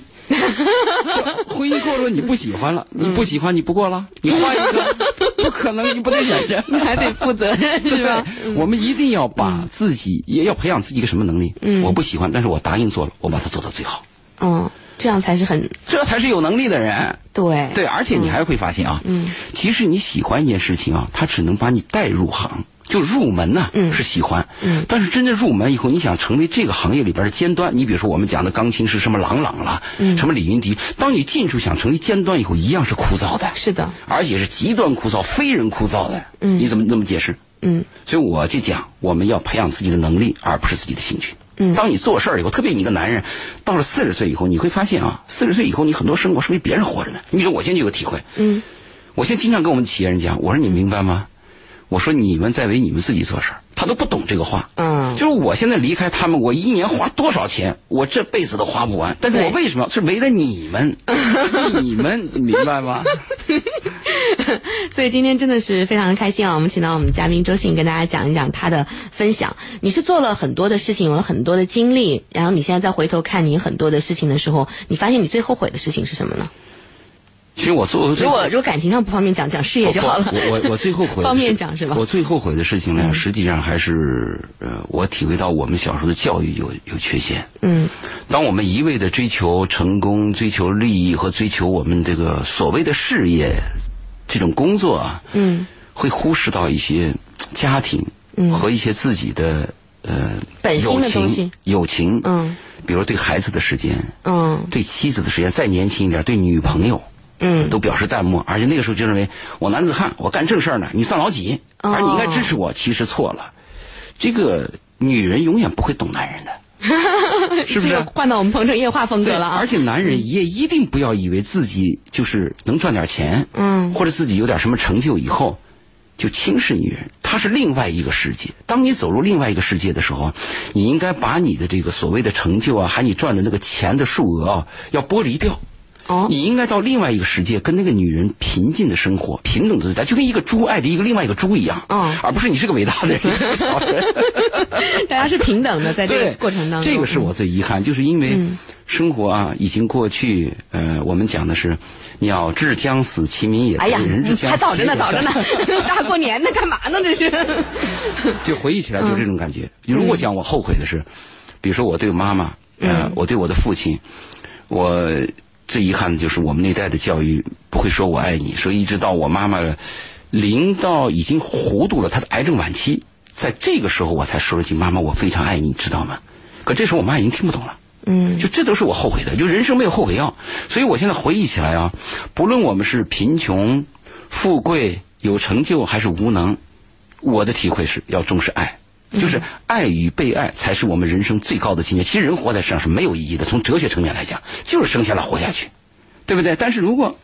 [SPEAKER 2] 婚姻过了你不喜欢了，
[SPEAKER 1] 嗯
[SPEAKER 2] 你不喜欢你不过了，你换一 个，不可能，你不能忍着，
[SPEAKER 1] 你还得负责任
[SPEAKER 2] 对
[SPEAKER 1] 是吧嗯
[SPEAKER 2] 对我们一定要把自己也要培养自己一个什么能力？
[SPEAKER 1] 嗯
[SPEAKER 2] 我不喜欢，但是我答应做了，我把它做到最好，
[SPEAKER 1] 嗯，这样才是很
[SPEAKER 2] 这才是有能力的人。
[SPEAKER 1] 对
[SPEAKER 2] 对，而且你还会发现啊，
[SPEAKER 1] 哎嗯
[SPEAKER 2] 其实你喜欢一件事情啊，它只能把你带入行，就入门呐、
[SPEAKER 1] 嗯
[SPEAKER 2] 是喜欢，
[SPEAKER 1] 嗯
[SPEAKER 2] 但是真正入门以后，你想成为这个行业里边的尖端，你比如说我们讲的钢琴是什么郎朗啦，
[SPEAKER 1] 嗯
[SPEAKER 2] 什么李云迪，当你进去想成为尖端以后，一样是枯燥的，
[SPEAKER 1] 是的
[SPEAKER 2] 而且是极端枯燥、非人枯燥的，
[SPEAKER 1] 嗯
[SPEAKER 2] 你怎么这么解释？
[SPEAKER 1] 嗯
[SPEAKER 2] 所以我就讲，我们要培养自己的能力，而不是自己的兴趣。
[SPEAKER 1] 嗯
[SPEAKER 2] 当你做事儿以后，特别你一个男人，到了四十岁以后，你会发现啊，四十岁以后你很多生活是为别人活着呢。你比如我现在就有体会，
[SPEAKER 1] 嗯
[SPEAKER 2] 我现在经常跟我们企业人讲，我说你明白吗？我说你们在为你们自己做事儿，他都不懂这个话。
[SPEAKER 1] 嗯
[SPEAKER 2] 就是我现在离开他们，我一年花多少钱，我这辈子都花不完。但是
[SPEAKER 1] 对
[SPEAKER 2] 我为什么要是为了 你们？你们明白吗？
[SPEAKER 1] 所以今天真的是非常的开心啊！我们请到我们嘉宾周信跟大家讲一讲他的分享。你是做了很多的事情，有了很多的经历，然后你现在再回头看你很多的事情的时候，你发现你最后悔的事情是什么呢？
[SPEAKER 2] 其实我做
[SPEAKER 1] 如果如果感情上不方便讲，讲事业就好了。
[SPEAKER 2] 我我我我最后悔的是
[SPEAKER 1] 方便讲是吧？嗯
[SPEAKER 2] 我最后悔的事情呢，实际上还是呃，我体会到我们小时候的教育有有缺陷。
[SPEAKER 1] 嗯
[SPEAKER 2] 当我们一味的追求成功、追求利益和追求我们这个所谓的事业这种工作啊，
[SPEAKER 1] 嗯
[SPEAKER 2] 会忽视到一些家庭
[SPEAKER 1] 嗯
[SPEAKER 2] 和一些自己的呃
[SPEAKER 1] 本心
[SPEAKER 2] 友
[SPEAKER 1] 的东西
[SPEAKER 2] 情、友情，
[SPEAKER 1] 嗯，
[SPEAKER 2] 比如对孩子的时间，
[SPEAKER 1] 嗯
[SPEAKER 2] 对妻子的时间，再年轻一点对女朋友，
[SPEAKER 1] 嗯
[SPEAKER 2] 都表示淡漠，而且那个时候就认为我男子汉，我干正事儿呢，你算老几？
[SPEAKER 1] 哦
[SPEAKER 2] 而你应该支持我，其实错了。这个女人永远不会懂男人的，是不是
[SPEAKER 1] 这个换到我们鹏城夜话风格了啊？
[SPEAKER 2] 对而且男人也一定不要以为自己就是能赚点钱，
[SPEAKER 1] 嗯
[SPEAKER 2] 或者自己有点什么成就以后就轻视女人，她是另外一个世界。当你走入另外一个世界的时候，你应该把你的这个所谓的成就啊，还你赚的那个钱的数额啊，要剥离掉。
[SPEAKER 1] 哦
[SPEAKER 2] 你应该到另外一个世界，跟那个女人平静的生活，平等的对待，就跟一个猪爱着一个另外一个猪一样，
[SPEAKER 1] 嗯。
[SPEAKER 2] 而不是你是个伟大的人，你是个小人
[SPEAKER 1] 大家是平等 的在这个
[SPEAKER 2] 对
[SPEAKER 1] 过程当中
[SPEAKER 2] 这个是我最遗憾，就是因为
[SPEAKER 1] 嗯
[SPEAKER 2] 生活啊，已经过去。呃，我们讲的是鸟之将死，其鸣也；
[SPEAKER 1] 哎呀
[SPEAKER 2] 人之，将
[SPEAKER 1] 还
[SPEAKER 2] 死，
[SPEAKER 1] 早着呢，
[SPEAKER 2] 其鸣
[SPEAKER 1] 早
[SPEAKER 2] 也，
[SPEAKER 1] 着呢 大过年的干嘛呢？这是。
[SPEAKER 2] 就回忆起来就这种感觉。如果讲我后悔的是，比如说我对我妈妈，呃
[SPEAKER 1] 嗯，
[SPEAKER 2] 我对我的父亲，我最遗憾的就是我们那代的教育不会说我爱你，所以一直到我妈妈临到已经糊涂了，她的癌症晚期，在这个时候我才说了一句：“妈妈，我非常爱你，你知道吗？”可这时候我妈已经听不懂了。
[SPEAKER 1] 嗯
[SPEAKER 2] 就这都是我后悔的，就人生没有后悔药。所以我现在回忆起来啊，不论我们是贫穷、富贵、有成就还是无能，我的体会是要重视爱。
[SPEAKER 1] 嗯
[SPEAKER 2] 就是爱与被爱才是我们人生最高的境界。其实人活在世上是没有意义的，从哲学层面来讲，就是生下来活下去，对不对？但是如果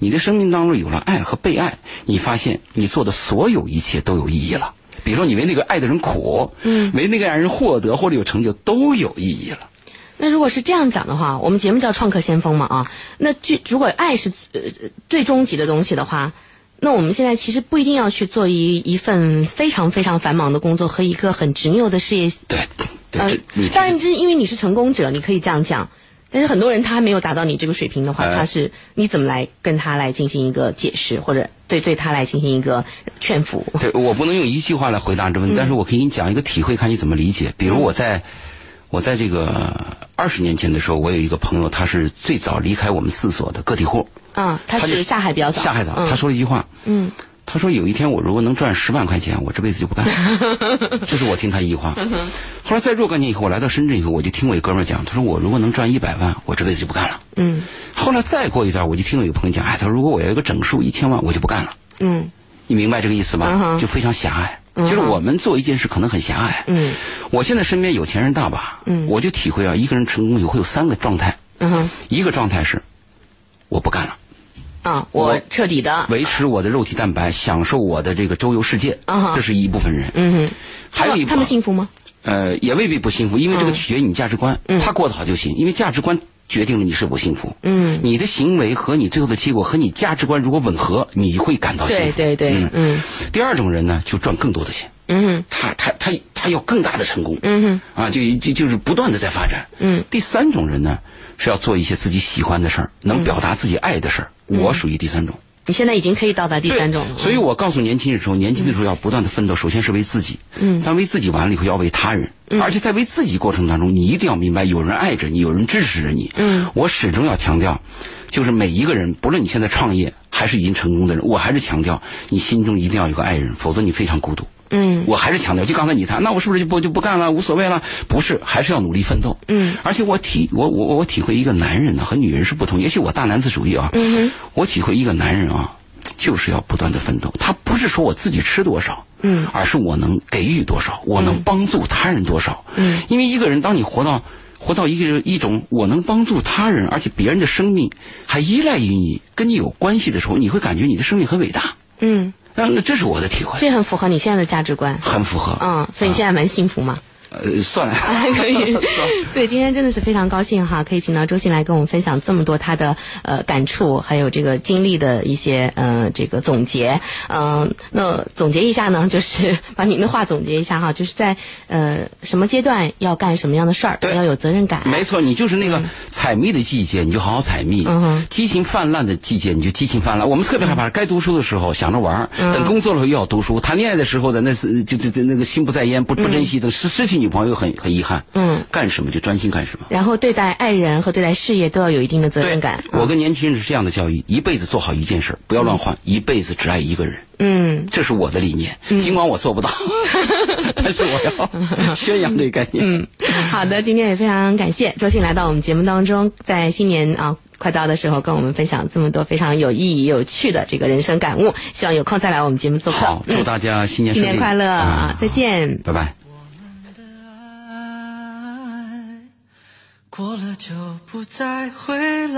[SPEAKER 2] 你的生命当中有了爱和被爱，你发现你做的所有一切都有意义了。比如说，你为那个爱的人苦，
[SPEAKER 1] 嗯
[SPEAKER 2] 为那个爱人获得或者有成就，都有意义了。
[SPEAKER 1] 那如果是这样讲的话，我们节目叫《创客先锋》嘛啊，那最如果爱是呃最终极的东西的话，那我们现在其实不一定要去做一一份非常非常繁忙的工作和一个很执拗的事业。
[SPEAKER 2] 对，对，
[SPEAKER 1] 呃
[SPEAKER 2] 这你
[SPEAKER 1] 当然，这因为你是成功者，你可以这样讲。但是很多人他还没有达到你这个水平的话，
[SPEAKER 2] 哎
[SPEAKER 1] 他是你怎么来跟他来进行一个解释，或者对对他来进行一个劝服？
[SPEAKER 2] 对我不能用一句话来回答这问题，但是
[SPEAKER 1] 嗯
[SPEAKER 2] 我可以给你讲一个体会，看你怎么理解。比如我在，我在这个二十年前的时候，我有一个朋友，他是最早离开我们四所的个体户。
[SPEAKER 1] 啊他是
[SPEAKER 2] 就
[SPEAKER 1] 下海比较早
[SPEAKER 2] 下海早，
[SPEAKER 1] 嗯
[SPEAKER 2] 他说了一句话，
[SPEAKER 1] 嗯，
[SPEAKER 2] 他说有一天我如果能赚十万块钱，我这辈子就不干。 这是我听他一句话。
[SPEAKER 1] 嗯
[SPEAKER 2] 后来在若干年以后，我来到深圳以后，我就听我一哥们儿讲，他说我如果能赚一百万，我这辈子就不干了。
[SPEAKER 1] 嗯
[SPEAKER 2] 后来再过一段，我就听我一个朋友讲，哎，他说如果我要一个整数一千万，我就不干了。
[SPEAKER 1] 嗯
[SPEAKER 2] 你明白这个意
[SPEAKER 1] 嗯
[SPEAKER 2] 思吧？
[SPEAKER 1] 哼
[SPEAKER 2] 就非常狭隘。
[SPEAKER 1] 嗯
[SPEAKER 2] 就
[SPEAKER 1] 哼
[SPEAKER 2] 是我们做一件事可能很狭隘。
[SPEAKER 1] 嗯。
[SPEAKER 2] 我现在身边有钱人大把。
[SPEAKER 1] 嗯
[SPEAKER 2] 我就体会啊，一个人成功以后会有三个状态。
[SPEAKER 1] 嗯哼
[SPEAKER 2] 一个状态是，我不干了，
[SPEAKER 1] 啊，我
[SPEAKER 2] 我
[SPEAKER 1] 彻底的
[SPEAKER 2] 维持我的肉体蛋白，享受我的这个周游世界。
[SPEAKER 1] 嗯哼
[SPEAKER 2] 这是一部分人。
[SPEAKER 1] 嗯哼，
[SPEAKER 2] 还有一部
[SPEAKER 1] 他们幸福吗？
[SPEAKER 2] 呃，也未必不幸福，因为这个
[SPEAKER 1] 嗯
[SPEAKER 2] 取决于你价值观。
[SPEAKER 1] 嗯
[SPEAKER 2] 他过得好就行，因为价值观决定了你是否幸福。
[SPEAKER 1] 嗯
[SPEAKER 2] 你的行为和你最后的结果和你价值观如果吻合，你会感到幸福。
[SPEAKER 1] 对对对嗯
[SPEAKER 2] 第二种人呢，就赚更多的钱。
[SPEAKER 1] 嗯
[SPEAKER 2] 他他他他要更大的成功，
[SPEAKER 1] 嗯
[SPEAKER 2] 啊，就就就是不断的在发展。
[SPEAKER 1] 嗯
[SPEAKER 2] 第三种人呢，是要做一些自己喜欢的事儿，能表达自己爱的事儿。
[SPEAKER 1] 嗯
[SPEAKER 2] 我属于第三种。
[SPEAKER 1] 你现在已经可以到达第三种了。
[SPEAKER 2] 所以我告诉年轻的时候，年轻的时候要不断的奋斗，首先是为自己，
[SPEAKER 1] 嗯
[SPEAKER 2] 但为自己完了以后要为他人，
[SPEAKER 1] 嗯
[SPEAKER 2] 而且在为自己过程当中，你一定要明白有人爱着你，有人支持着你，
[SPEAKER 1] 嗯
[SPEAKER 2] 我始终要强调，就是每一个人，不论你现在创业还是已经成功的人，我还是强调，你心中一定要有个爱人，否则你非常孤独。
[SPEAKER 1] 嗯
[SPEAKER 2] 我还是强调，就刚才你谈，那我是不是就不就不干了，无所谓了？不是，还是要努力奋斗。
[SPEAKER 1] 嗯
[SPEAKER 2] 而且我体我我我我体会一个男人呢和女人是不同，也许我大男子主义啊。
[SPEAKER 1] 嗯哼
[SPEAKER 2] 我体会一个男人啊，就是要不断的奋斗。他不是说我自己吃多少，
[SPEAKER 1] 嗯
[SPEAKER 2] 而是我能给予多少，我能帮助他人多少。
[SPEAKER 1] 嗯
[SPEAKER 2] 因为一个人，当你活到活到一个一种我能帮助他人，而且别人的生命还依赖于你，跟你有关系的时候，你会感觉你的生命很伟大。
[SPEAKER 1] 嗯，
[SPEAKER 2] 那那这是我的体会，
[SPEAKER 1] 这很符合你现在的价值观。
[SPEAKER 2] 很符合。
[SPEAKER 1] 嗯，所以你现在蛮幸福嘛。
[SPEAKER 2] 呃，算了，
[SPEAKER 1] 可以
[SPEAKER 2] 算了，
[SPEAKER 1] 对，今天真的是非常高兴哈，可以请到周信来跟我们分享这么多他的呃感触，还有这个经历的一些呃这个总结，嗯、那总结一下呢，就是把您的话总结一下哈，就是在呃什么阶段要干什么样的事儿，
[SPEAKER 2] 对
[SPEAKER 1] 要有责任感，
[SPEAKER 2] 没错，你就是那个采蜜的季节，你就好好采蜜；
[SPEAKER 1] 嗯哼
[SPEAKER 2] 激情泛滥的季节，你就激情泛滥。我们特别害怕，该读书的时候想着玩儿，
[SPEAKER 1] 嗯
[SPEAKER 2] 等工作了又要读书；谈恋爱的时候的那是就就就那个心不在焉，不不珍惜，等失失去女朋友很很遗憾。
[SPEAKER 1] 嗯
[SPEAKER 2] 干什么就专心干什么。
[SPEAKER 1] 然后对待爱人和对待事业都要有一定的责任感。
[SPEAKER 2] 我跟年轻人是这样的教育：一辈子做好一件事儿，不要乱换，一辈子只爱一个人。
[SPEAKER 1] 嗯
[SPEAKER 2] 这是我的理念，尽管我 做不到，但是我要宣扬这个概念。
[SPEAKER 1] 嗯， 好的，今天也非常感谢周信来到我们节目当中，在新年啊快到的时候，跟我们分享这么多非常有意义、有趣的这个人生感悟，希望有空再来我们节目做客。
[SPEAKER 2] 好，祝大家新年
[SPEAKER 1] 嗯新
[SPEAKER 2] 顺利，嗯
[SPEAKER 1] 年快乐啊！再见。
[SPEAKER 2] 拜拜。
[SPEAKER 4] 的爱过了就不再回来。